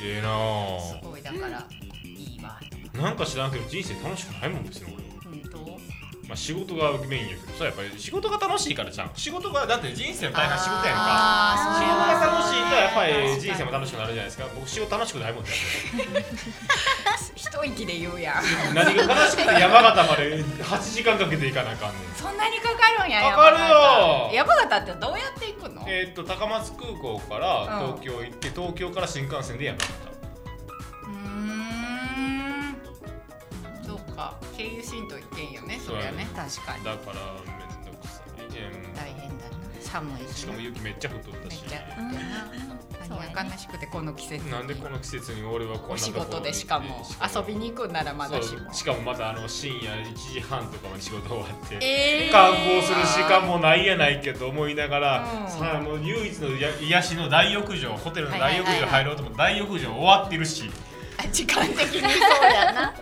ええなすあごいだからいいわと思なんか知らんけど人生楽しくないもん別に俺う本当まあ仕事がメインやけどさやっぱり仕事が楽しいからじゃん仕事がだって人生の大半仕事やんか仕あー事それがは楽しいとやっぱり人生も確楽しくなるじゃないですか僕仕事楽しくないもんだってかに一息で言うやん何が楽しくて山形まで8時間かけていかなあかんねんそんなにかかるんやかかるよ山形山形ってどうやって行くのえーっと高松空港から東京行って、東京から新幹線で山形うーんそうか経由しんといけんよねそそうれやはねね確かにだからめんどくさい、え大変だな寒いーししかなも雪めっちゃ降っとっためっしちゃうんそうや何ねが悲しくてこの季節になんでこの季節に俺はこおんなと仕こ事でしかも遊びに行くんならまだししもしかもまだあの深夜1時半とかまで仕事終わってえ観光する時間もないやないけど思いながら、うんさあもう唯一のや癒しの大浴場ホテルの大浴はい場はいはいはい入ろうと思って大浴場終わってるしあ時間的にそうやな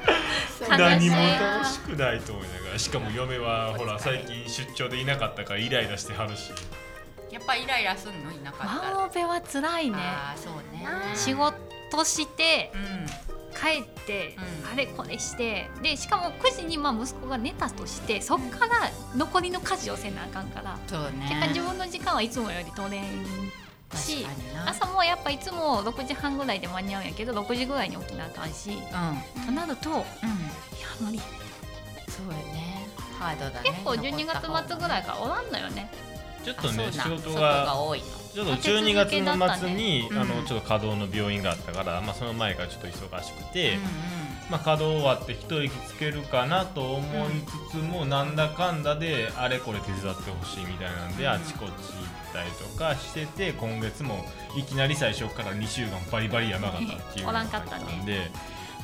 そうやな何も楽しくないと思いながらしかも嫁はほら最近出張でいなかったからイライラしてはるし やっぱイライラすんのいなかったらワンオペは辛いね。あーそうね仕事してうん帰って、うんあれこれしてでしかも9時にまあ息子が寝たとしてそっから残りの家事をせなあかんから、そうね結果自分の時間はいつもより取れんし確かにな朝もやっぱいつも6時半ぐらいで間に合うんやけど6時ぐらいに起きなあかんしうんとなるといやうん無理そうよねハードだね結構12月末ぐらいからおらんのよねちょっあそとうなねん仕事そこが多いのちょっと立て続12け月の末だに、ったあねうんのちょっと稼働の病院があったから、まあ、その前からちょっと忙しくて、うんうんまあ、稼働終わって一息つけるかなと思いつつも、なんだかんだであれこれ手伝ってほしいみたいなんで、うんあちこち行ったりとかしてて今月もいきなり最初から2週間バリバリ山形っていうのが入っおらんかたんったで、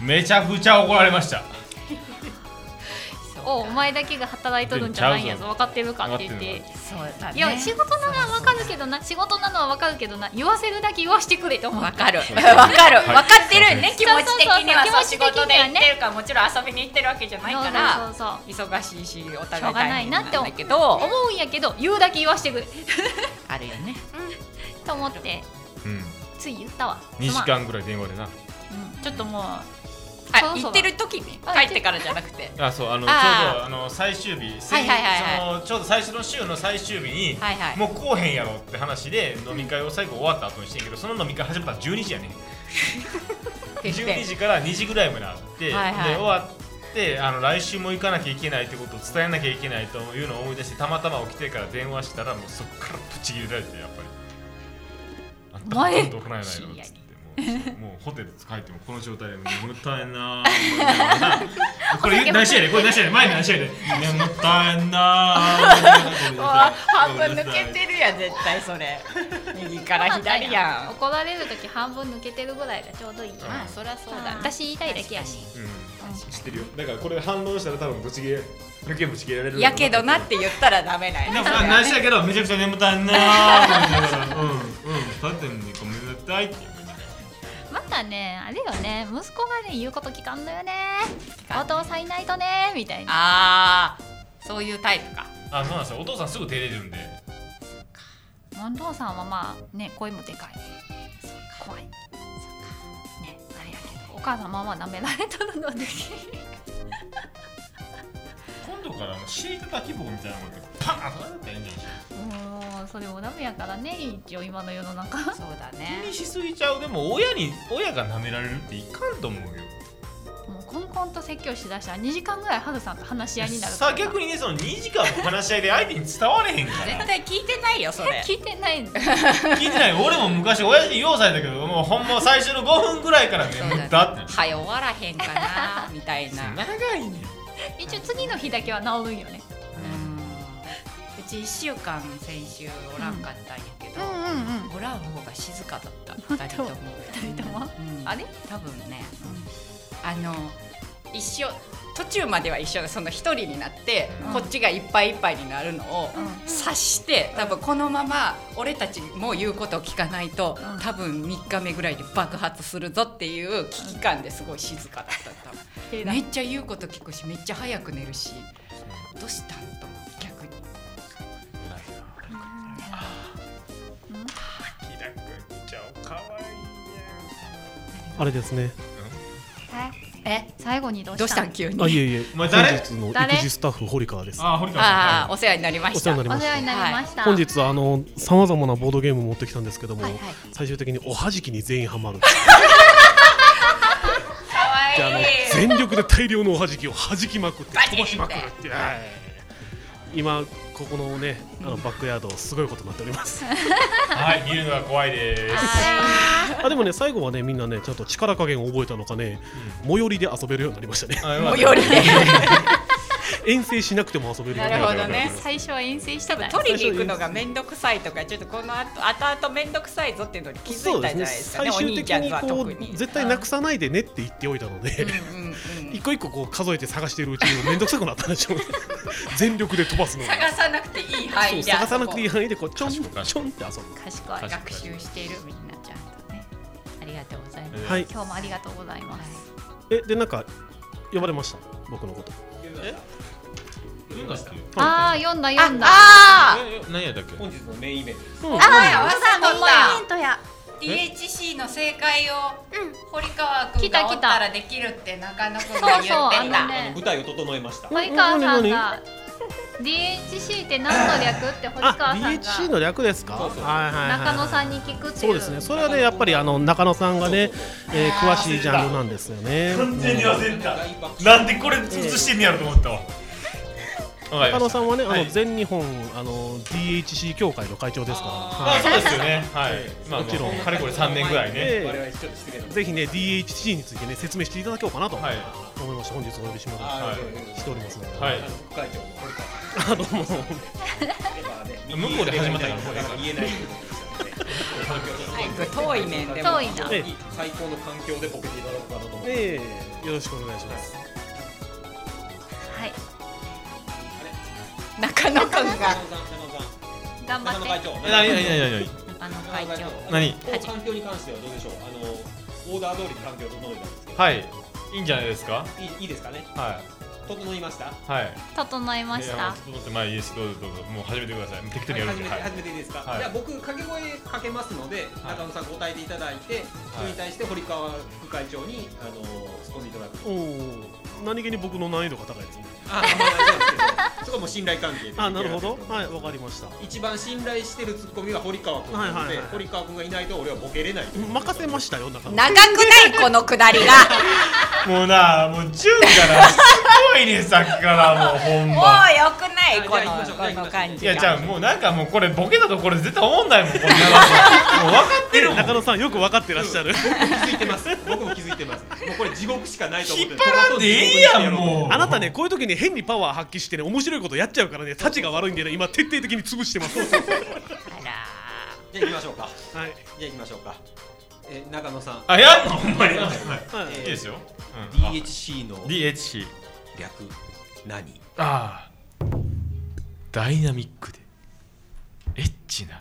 めちゃくちゃ怒られましたそうかおお前だけが働いとるんじゃないんやぞ分かってるかって言っ分てかそうだねいや仕事なら分かるけどな仕事なのは分かるけどな言わせるだけ言わしてくれと思わうかるわそうかるはい分かってるね気持そちう的にはそうそうそうそう仕気持ち的にはね事で行ってるからもちろん遊びに行ってるわけじゃないかそうらそうそうそう忙しいしおしょ互い大うがない変ななっんて思だけどうんやけど言うだけ言わしてくれ あるよねと思ってうん、つい言ったわ2時まあ間ぐらい電話でなうんちょっともうあそろそろ行ってる時にあ帰ってからじゃなくてあそうあのちょあーうどあの最終日はいはいはいそのちょうど最初の週の最終日に、はいはいもうこうへんやろって話で飲み会を最後終わった後にしてんけどその飲み会始まったら12時やねん言って12時から2時ぐらいまであって、はいはいで終わってあの来週も行かなきゃいけないってことを伝えなきゃいけないというのを思い出してたまたま起きてから電話したらもうそっからぶち切れられてやっぱり。あんたお前今度来ないのっつって深夜も うもうホテル帰ってもこの状態でもったいなーこ れ何試合でこれ何試合で前に何試合でいやもったいな ーうわ半分抜けてるやん絶対それ右から左や怒られる時半分抜けてるぐらいがちょうどいい、んまあそりゃそうだね私言いたいだけやしうん知ってるよだからこれ反論したら多分ぶち切れ抜けぶち切れられるやけどなって言ったらダメなんでやもまあ内緒やけどめちゃくちゃ眠た いなーって思いながらうんうん立ってんのにごめんなさいって言いながまたねあれよね息子がね言うこと聞かんのよねお父さんいないとねみたいなあーそういうタイプからあそうなんですよお父さんすぐ手入れるんでお父さんはまあね声もでかい怖いねあれやけどお母様は舐められとるので 今度からあのシート焚き棒みたいなのってパーン叩いたらいいんじゃないもうそれもダメやからね一応今の世の中 そうだね気にしすぎちゃうでも親に親が舐められるっていかんと思うよもうコンコンと説教しだしたら2時間ぐらいハルさんと話し合いになるさあ逆ににねその2時間の話し合いで相手に伝われへんか絶ら対聞いてないよそれ 聞いてないんだ聞い てない俺も昔親父にようされたけどもうほんま最初の5分ぐらいからねそうもだねうだってはよ終わらへんかなみたいな長いねん一応次の日だけは治るんよねうんうち1週間先週おらんかったんやけど、んおらん方が静かだ った2人とも二人ともうんあれ多分ね、あの一緒途中までは一緒でその一人になって、うんこっちがいっぱいいっぱいになるのをうん察して多分このまま俺たちも言うことを聞かないと、うん多分3日目ぐらいで爆発するぞっていう危機感ですごい静かだった多分手だめっちゃ言うこと聞くしめっちゃ早く寝るしどうしたんと思う逆にキラくんちゃんかわいいあれですねえ最後にどうどうししたたんん急にあいえいえお前誰本日の育児スタッフ堀川ですあ堀川さんあはあお世話になりまおした世話になおりま世し話になりましたた本日はあのさまざまなボードゲームを持ってきたんですけども、はいはい最終的におはじきに全員 ハマるであのい 全力で大量のおはじきをはじきまくって飛ばしまくるっていうはい今ここのねあのバックヤードすごいことになっておりますはい見るのが怖いですあでもね最後はねみんなねちゃんと力加減を覚えたのかね、最寄りで遊べるようになりまし たねあよもかっうたよりね遠征しなくても遊べるようになるほなりどまね最初は遠征しただ取りに行くのが面倒くさいとかちょっとこのあと後々面倒くさいぞっていうのに気づいたじゃないですかね最終お兄的ちゃんにはこ特うに。絶対なくさないでねって言っておいたので、うん うん一個一個こう数えて探しているうちにめんどくさくなったんでしょうね全力で飛ばすのが探さなくていい範そう囲で探 さなくていいあ範囲でこうちょんちょ賢んいって賢い遊ぶ賢いそこ学習しているみんなちゃんとねありがとうございますはい今日もありがとうございますえでなんか呼ばれました僕のこと何がしてるああ読んだ読んだあええ何やったっけ本日のメインイベントあわざほんまやヒントや DHC の正解をうん堀川君来たがお来たったらできるって中野君が言そうそうってあたのね舞台を整えました堀川さん何が何 DHC って何の略って堀川さあんが DHC の略ですかそうそうはいはいはい中野さんに聞くってそいうですねそれはねやっぱりあの中野さんがねえー詳しいジャンルなんですよね完全に忘れてた大爆なんでこれ映してんねやろと思ったわわかりま中野したさんはねあはのい全日本あの DHC 協会の会長ですからはあいそうですよねはいまあもちろんかれこれ3年ぐらいねで我々ちょっと失礼なぜひね DHC についてね説明していただけようかなと思はいいまして本日お呼びしまあーすしておりますので、はい副会長の堀川さあどうもん向こうで始まったから言えない言えないことで遠い面でも遠いなええ最高の環境でボケていただこうかなと思ってええよろしくお願いしますはい中野君が中野さん中野さ頑ん張中野って会長え何何何何あの会長何この環境に関してはどうでしょうあのオーダー通りに環境を整えたんですけどはいいいんじゃないですかいいいいですかねは整いましたいはい整えましいやたもう整ってまあいいですどうぞどうぞもう始めてください適当にやるんで始めてはい始めていいですか、はいじゃあ僕掛け声かけますので、はい中野さん答えていただいて、それに対して堀川副会長にあの突っ込んでいただくおお何気に僕の難易度が高いですねあ、まあまあそうですけどそこ はもう信頼関係であなるほどはいいわかりました一番信頼してるツッコミは堀川君なので、はいはいはい堀川君がいないと俺はボケれない任せましたよ中野長くないこのくだりが。もうなもう純からすごいねさっきからもうほんもうまよくないこあじゃあ行きましょうのこの感いじやがじゃあもうなんかもうこれボケたところ絶対思んないもんこんなのもう分かってるもん中野さんよく分かってらっしゃる気づいてます僕も気づいてますもうこれ地獄しかないと思って引っ張らんでええやんもうあなたねこういう時に変にパワー発揮してね面白いことやっちゃうからねたちが悪いんでね今徹底的に潰して ますじゃあ行きましょうかはいじゃあ行きましょうかえ中野さんあやんのほんまにはいはいいいですようん DHC の DHC 略何ああダイナミックでエッチな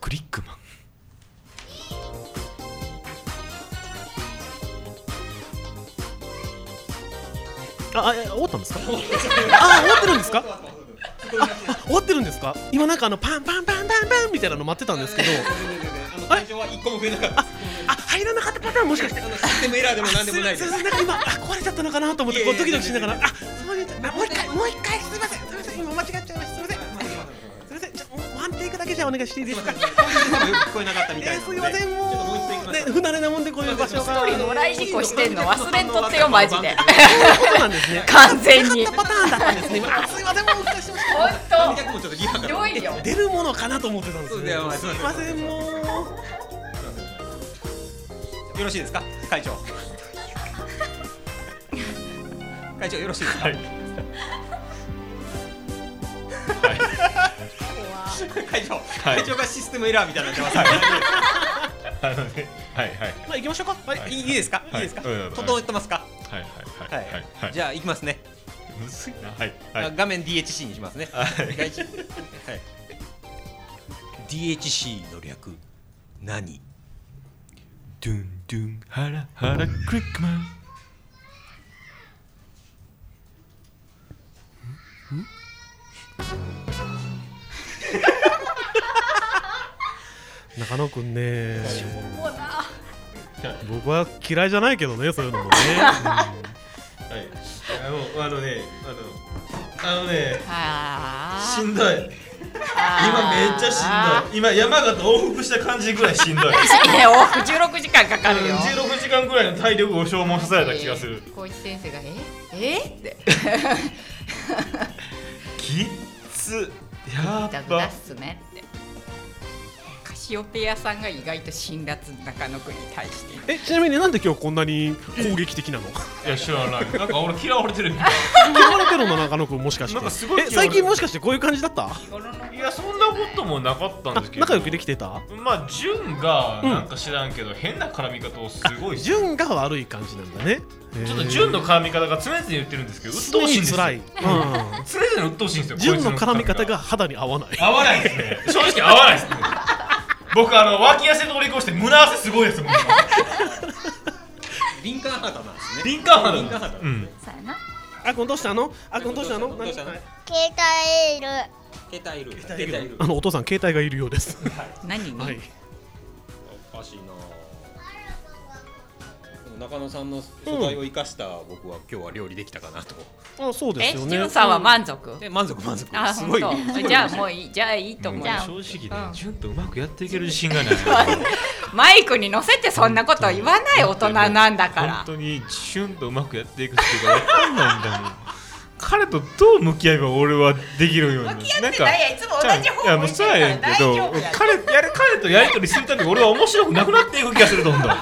クリックマンああえ終わったんですかあ終わってるんですかあ終わってるんですか今なんかあのパンパンパンパンパンみたいなの待ってたんですけどあの会場は一個も増えなかったです。あ入らなかったパターンもしかしてあのシステムエラーでもなんでもないですすいませんなんか今あ壊れちゃったのかなと思ってこうドキドキしながらあそういうあもう一回もう一回すいませんすいません今間違っちゃいましたすいませんすいませんじゃあもうワンテイクだけじゃあお願いしていいですか聞こえなかったみたいなえーのすでいませんもうね不慣れなもんでこういう場所がもらい事故してんの忘れんとってよマジでそうなんですね完全にパターンだったんですね今あすいませんもうお伺いしました本当観客もちょっとリハひがどいよ出るものかなと思ってたんですそうだねよすいませんもうよろしいですか会長会長よろしいですか、 会長、会長がシステムエラーみたいになってます、あのねはいはいまあ行きましょうかはいい、いですか、い、いですか、はい整ってますか、はいはいはいはいはいじゃあ行きますね、むずいなはいはい画面 DHC にしますね、はい大事 DHC の略何ドゥンドゥンハラハラクリックマン 中野くんね僕は嫌いじゃないけどねそういうのもねはいあのあのねあのあのねあしんどい今めっあーちゃしんどい今山形往復した感じぐらいしんどーいいや往復16時間かかるよ16時間ぐらいの体力を消耗させられた気がする光一先生がええってきっつやっダグばダスねってカシオペアさんが意外と辛辣中野くんに対してえちなみになんで今日こんなに攻撃的なのいや知らないなんか俺嫌われてるみたい 言われてるの中野くんもしかしてなんかすごいえ最近もしかしてこういう感じだったいやそんなこともなかったんですけど仲良くできてたまあ潤がなんか知らんけど、変な絡み方をすごいしち純が悪い感じなんだねょっと潤の絡み方が常々言ってるんですけど鬱常陶しいんにですよ辛い、うん、常々鬱陶しいんですよ純こいのつ絡み方が肌に合わない合わないですね正直合わないですね僕あの脇汗通り越して胸汗すごいですもん今リンカーンハートなんですねリンカーンリンカーン肌ハだートうんそうやなあこんどうしたのあこんどうしたのどうしたの何携帯いる携帯いる携はい帯いるあのお父さん携帯がいるようです 何に、はいおかしいな中野さんの素材を生かした僕は今日は料理できたかなと、あそうでえすよシねチュンさんは満足、で満足満足あす本ごい当じゃあもういいじゃあいいと思うよもう正直うねん潤とうまくやっていける自信がないマイクに乗せてそんなこと言わない大人なんだから本当に潤とうまくやっていくっていうか分かんないんだもん彼とどう向き合えば俺はできるようになる向き合ってないやいつも同じ方いや向もういてそうやねるんからけ大ど丈夫や彼やる彼とやり取りするたびに俺は面白くなくなっていく気がするどんどん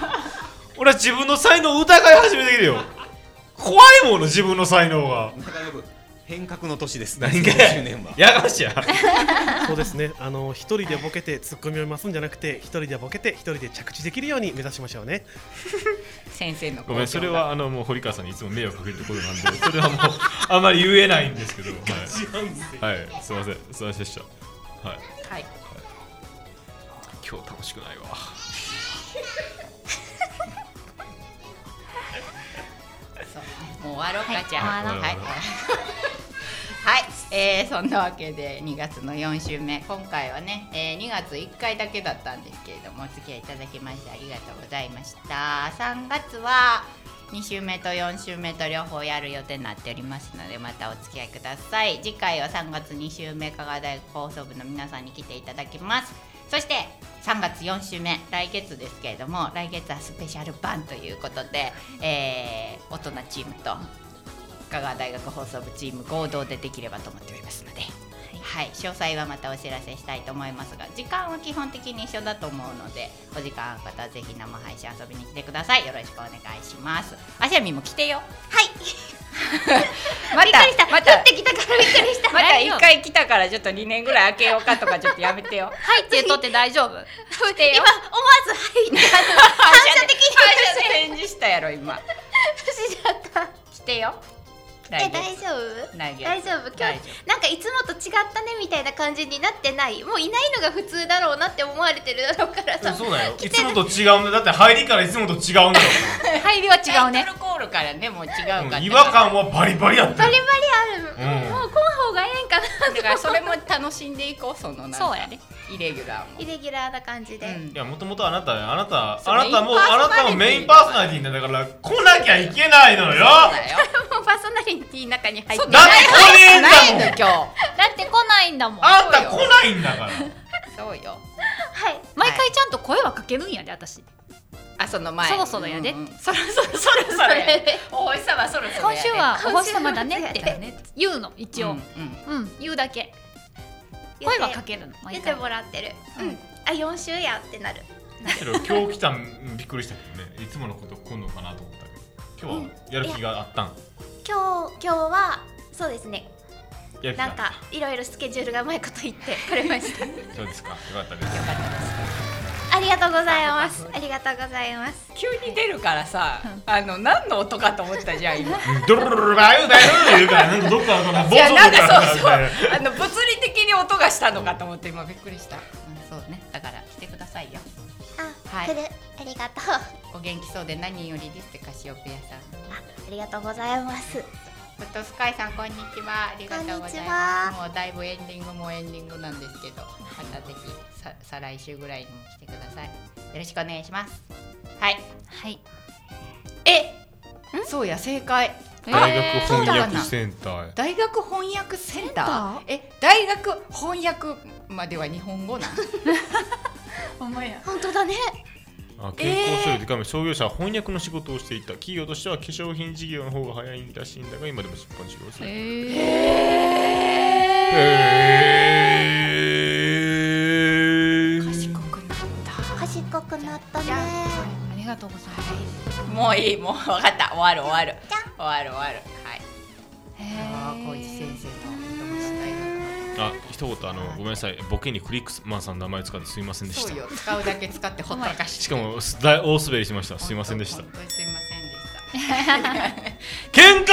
俺は自分の才能を疑い始めてきるよ怖いもの自分の才能が中野君変革の年です 何が10年はやがしやそうですねあの一人でボケてツッコミを回すんじゃなくて一人でボケて一人で着地できるように目指しましょうね先生のごめんそれはあのもう堀川さんにいつも迷惑かけるところなんでそれはもうあまり言えないんですけどはい、はい、すいませんすいませんでしたはいはい今日楽しくないわもう終わろうかじゃあはいはい終わろうはい、えーそんなわけで2月の4週目今回はね、えー2月1回だけだったんですけれどもお付き合いいただきましてありがとうございました3月は2週目と4週目と両方やる予定になっておりますのでまたお付き合いください次回は3月2週目香川大学放送部の皆さんに来ていただきますそして3月4週目来月ですけれども来月はスペシャル版ということで、えー大人チームと香川大学放送部チーム合同でできればと思っておりますので、はい、詳細はまたお知らせしたいと思いますが時間は基本的に一緒だと思うのでお時間ある方はぜひ生配信遊びに来てくださいよろしくお願いしますあしゃみも来てよはい またまた来たからびっくりしたまた大一丈夫回来たからちょっと2年ぐらい開けようかとかちょっとやめ てよはいって言っとって大丈 夫して今よ思わずはいって反射的に反射で返事したやろ今私じゃった来てよえ大来月丈夫来月大丈夫今大丈日なんかいつもと違ったねみたいな感じになってないもういないのが普通だろうなって思われてるだろうからさそうだよい来てつなもいと違うんだだって入りからいつもと違うんだ入りは違うタイねトルコールからねもう違うから、ろ違和感はバリバリやってバリるバリある、もううんもうこん方がええんかなだからそれも楽しんでいこうそのなんかそうやねイレギュラーもイレギュラーな感じで、いやもともとあなたあなたそうあなたもメインパーソナリティあなたもメインパーソナリティなんだから来なきゃいけないのよもうパーソナリティの中に入ってだって来ねえんだもんないの今 だって来ないんだもんあんた来ないんだからそうよはい毎回ちゃんと声はかけるんやで私あその前そろそろやでってそろそろそろそろやでお日様そろそろや 今で週はお星様だねって言うの一応うん言うだけ声はかけるの出毎て回もらってるうんあ四週やってなるむしろ今日来たんびっくりしたけどねいつものこと来んのかなと思ったけど今日はやる気があったん今日今日はそうですねやる気がなんかいろいろスケジュールがうまいこと言ってくれましたそうですかよかったですありがとうございます ありがとうございます急に出るからさあの何の音かと思ったじゃん今ドルルルルバウバウ言うからなんかどっかのい暴やな走ん族かそうそうかなあの物理的に音がしたのかと思って今びっくりした、うん、そうねだから来てくださいよあ、はい来るありがとうお元気そうで何よりですってカシオペアさんありがとうございますフットスカイさんこんにちはありがとうございますもうだいぶエンディングもエンディングなんですけどまたぜひさ再来週ぐらいにも来てくださいよろしくお願いしますはいはいえそうや正解大学翻そうだ訳なセンターへ大学翻訳センターえ大学翻訳までは日本語なんほんまや本当だねあ健康書よりかも商業者は翻訳の仕事をしていた企業としては化粧品事業の方が早いらしいんだが今でも出版事業をするへ ー賢く賢くなったねありがとうございますもういいもう分かった終わる終わる終わる終わるはいあー小石先生のおしたいあ一言あのごめんなさいボケにクリックスマンさんの名前使ってすいませんでしそたうよ使うだけ使ってほったらかししかもす大大滑りしましたすいませんでした本当にすいませんでした喧嘩売っとんなんかでい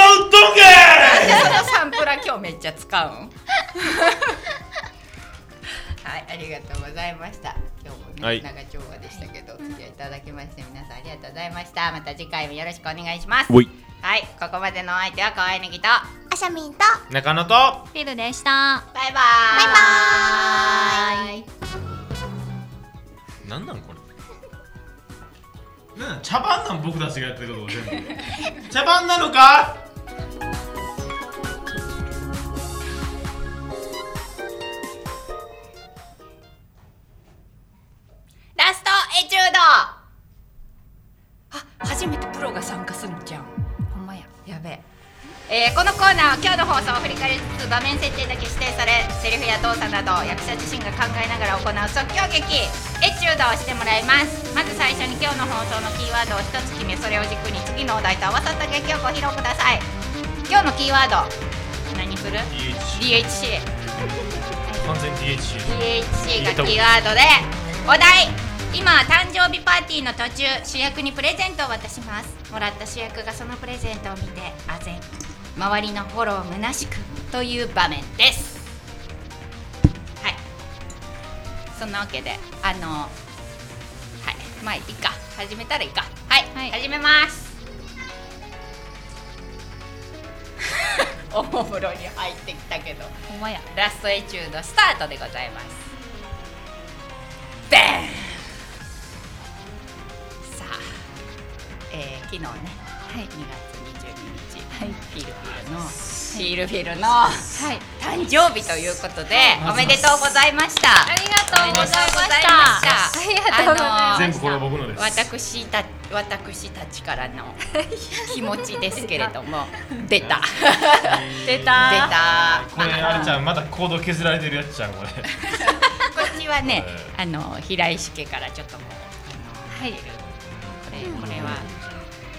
そのサンプラ今日めっちゃ使うんはいありがとうございました今日もね、はい長丁場でしたけどお付き合いいただきまして皆さんありがとうございましたまた次回もよろしくお願いしますおいはいここまでのお相手は可愛いねぎとあしゃみんと中野とビルでしたバイバイバイバーイなんなんこれなんなん茶番なん僕たちがやってること全部茶番なのかラストエチュードあ初めてプロが参加するじゃんほんまややべええーこのコーナーは今日の放送を振り返りつつ場面設定だけ指定されセリフや動作などを役者自身が考えながら行う即興劇エチュードをしてもらいますまず最初に今日の放送のキーワードを一つ決めそれを軸に次のお題と合わさった劇をご披露ください今日のキーワード何する DHC 完全 DHC THC がキーワードでお題今誕生日パーティーの途中主役にプレゼントを渡しますもらった主役がそのプレゼントを見てあぜん周りのフォロー虚しくという場面ですはいそんなわけであのはいまあいいか始めたらいいかはい、始めます おもむろに入ってきたけどほんまやラストエチュードスタートでございますベーンさあ、えー、昨日ね、2月22日、フィルフィルの、フィルフィルの、誕生日ということで、おめでとうございましたありがとうございましたおめでとうございましたありがとうございましたあのー全部これは僕のです私た私たちからの気持ちですけれど も出た出た出たこれあれちゃんまだコード削られてるやつちゃんこれこっちはね、あの平石家からちょっともう、はいこれこれは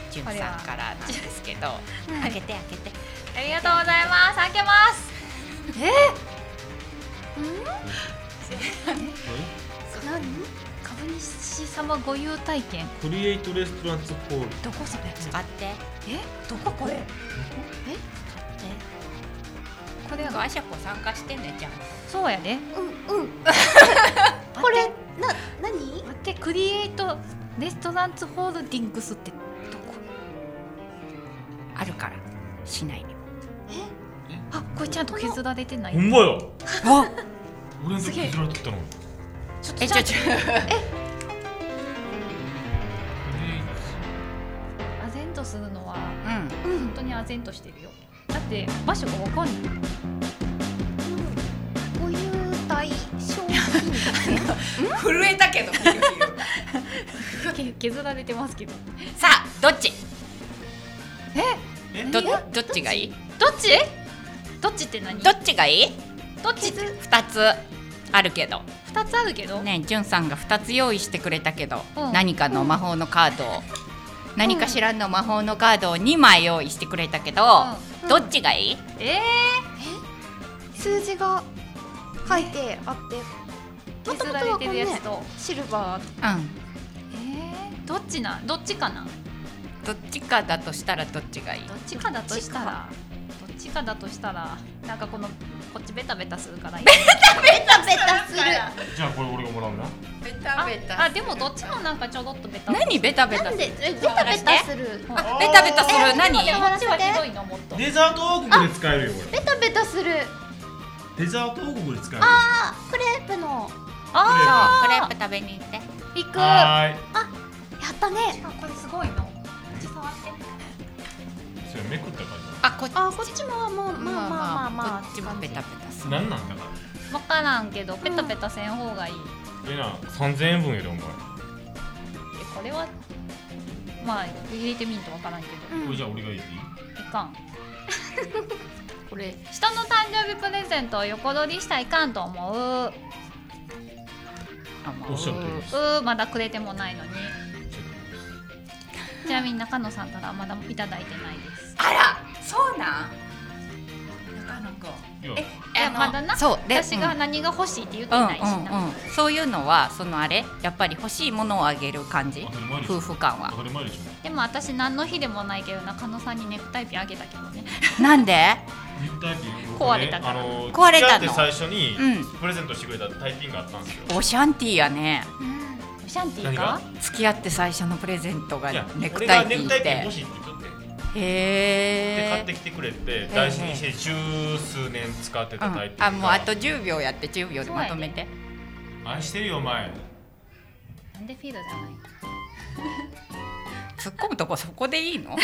じゅんさんからなんですけど、開けて開けて。ありがとうございます開けますえー、何株主様ご優待券クリエイトレストランツホールどこそれ使ってえどここれえこれはアシャコ参加してねじゃん。そうやでうん うんこれな何待ってクリエイトレストランツホールディングスってどこあるからしないにもえあこれちゃんと削られてないほんまやあ俺のとこ削られてたのちょっえちょちょ唖然とするのは、本当に唖然としてるよだって場所がわかんない こういう対象品震えた けどけ削られてますけどさあどっちえどどっちがいいどっちどっちって何どっちがいいどっち二つあるけど二つあるけどねじゅんさんが二つ用意してくれたけど、うん何かの魔法のカードを、何かしらの魔法のカードを二枚用意してくれたけど、どっちがいいえ数字が書いてあってもと削られてるやつとシルバーうんーどっちなどっちかなどっちかだとしたらどっちがいいどっちかだとしたらどっちかだとしたらなんかこのこっちベタベタするからベタベタベタするじゃあこれ俺がもらうなベタベタあでもどっちもなんかちょろっとベタ何ベタベタなんするでえベタベタするあベタベタする何でもこっちはひどいのもっとデザート王国で使えるよこベタベタするれデザート王国で使えるあクレープのあーそうクレープ食べに行って行くはーいあやったねこれすごいの触ってそれめくった感あこっちあこっちももうまあまあまあまあ、こっちもベタベタすじるなんなんだか分からんけどペタペタせん方がいい、らえな3000円分やでお前えこれはまあ入れてみんと分からんけど、これいじゃあ俺がいいっていいかんこれ人の誕生日プレゼントを横取りしたらいかんと思うおっしゃる通りですうーまだくれてもないのにちなみに中野さんからまだいただいてないですそうなん中野くんいやあのまだなそうで私が何が欲しいって言ってうんうんないしな、うん、そういうのはそのあれやっぱり欲しいものをあげる感じ夫婦間は当たり前でしでも私何の日でもないけど中野さんにネクタイピンあげたけど ねなんでょ言ったっていう壊れたからあの壊れたの付き合って最初にうプレゼントしてくれたタイピンがあったんですよオシャンティーやねオシャンティ何ーがか付き合って最初のプレゼントがいやネクタイピ俺ンがネクタっイピンて欲しいって言っとってで買っへてえきてくれて大事にして十数年使ってたタイピンがあもうあと10秒やって10秒でまとめて愛してるよお前なんでフィードじゃない突っ込むとこそこでいいの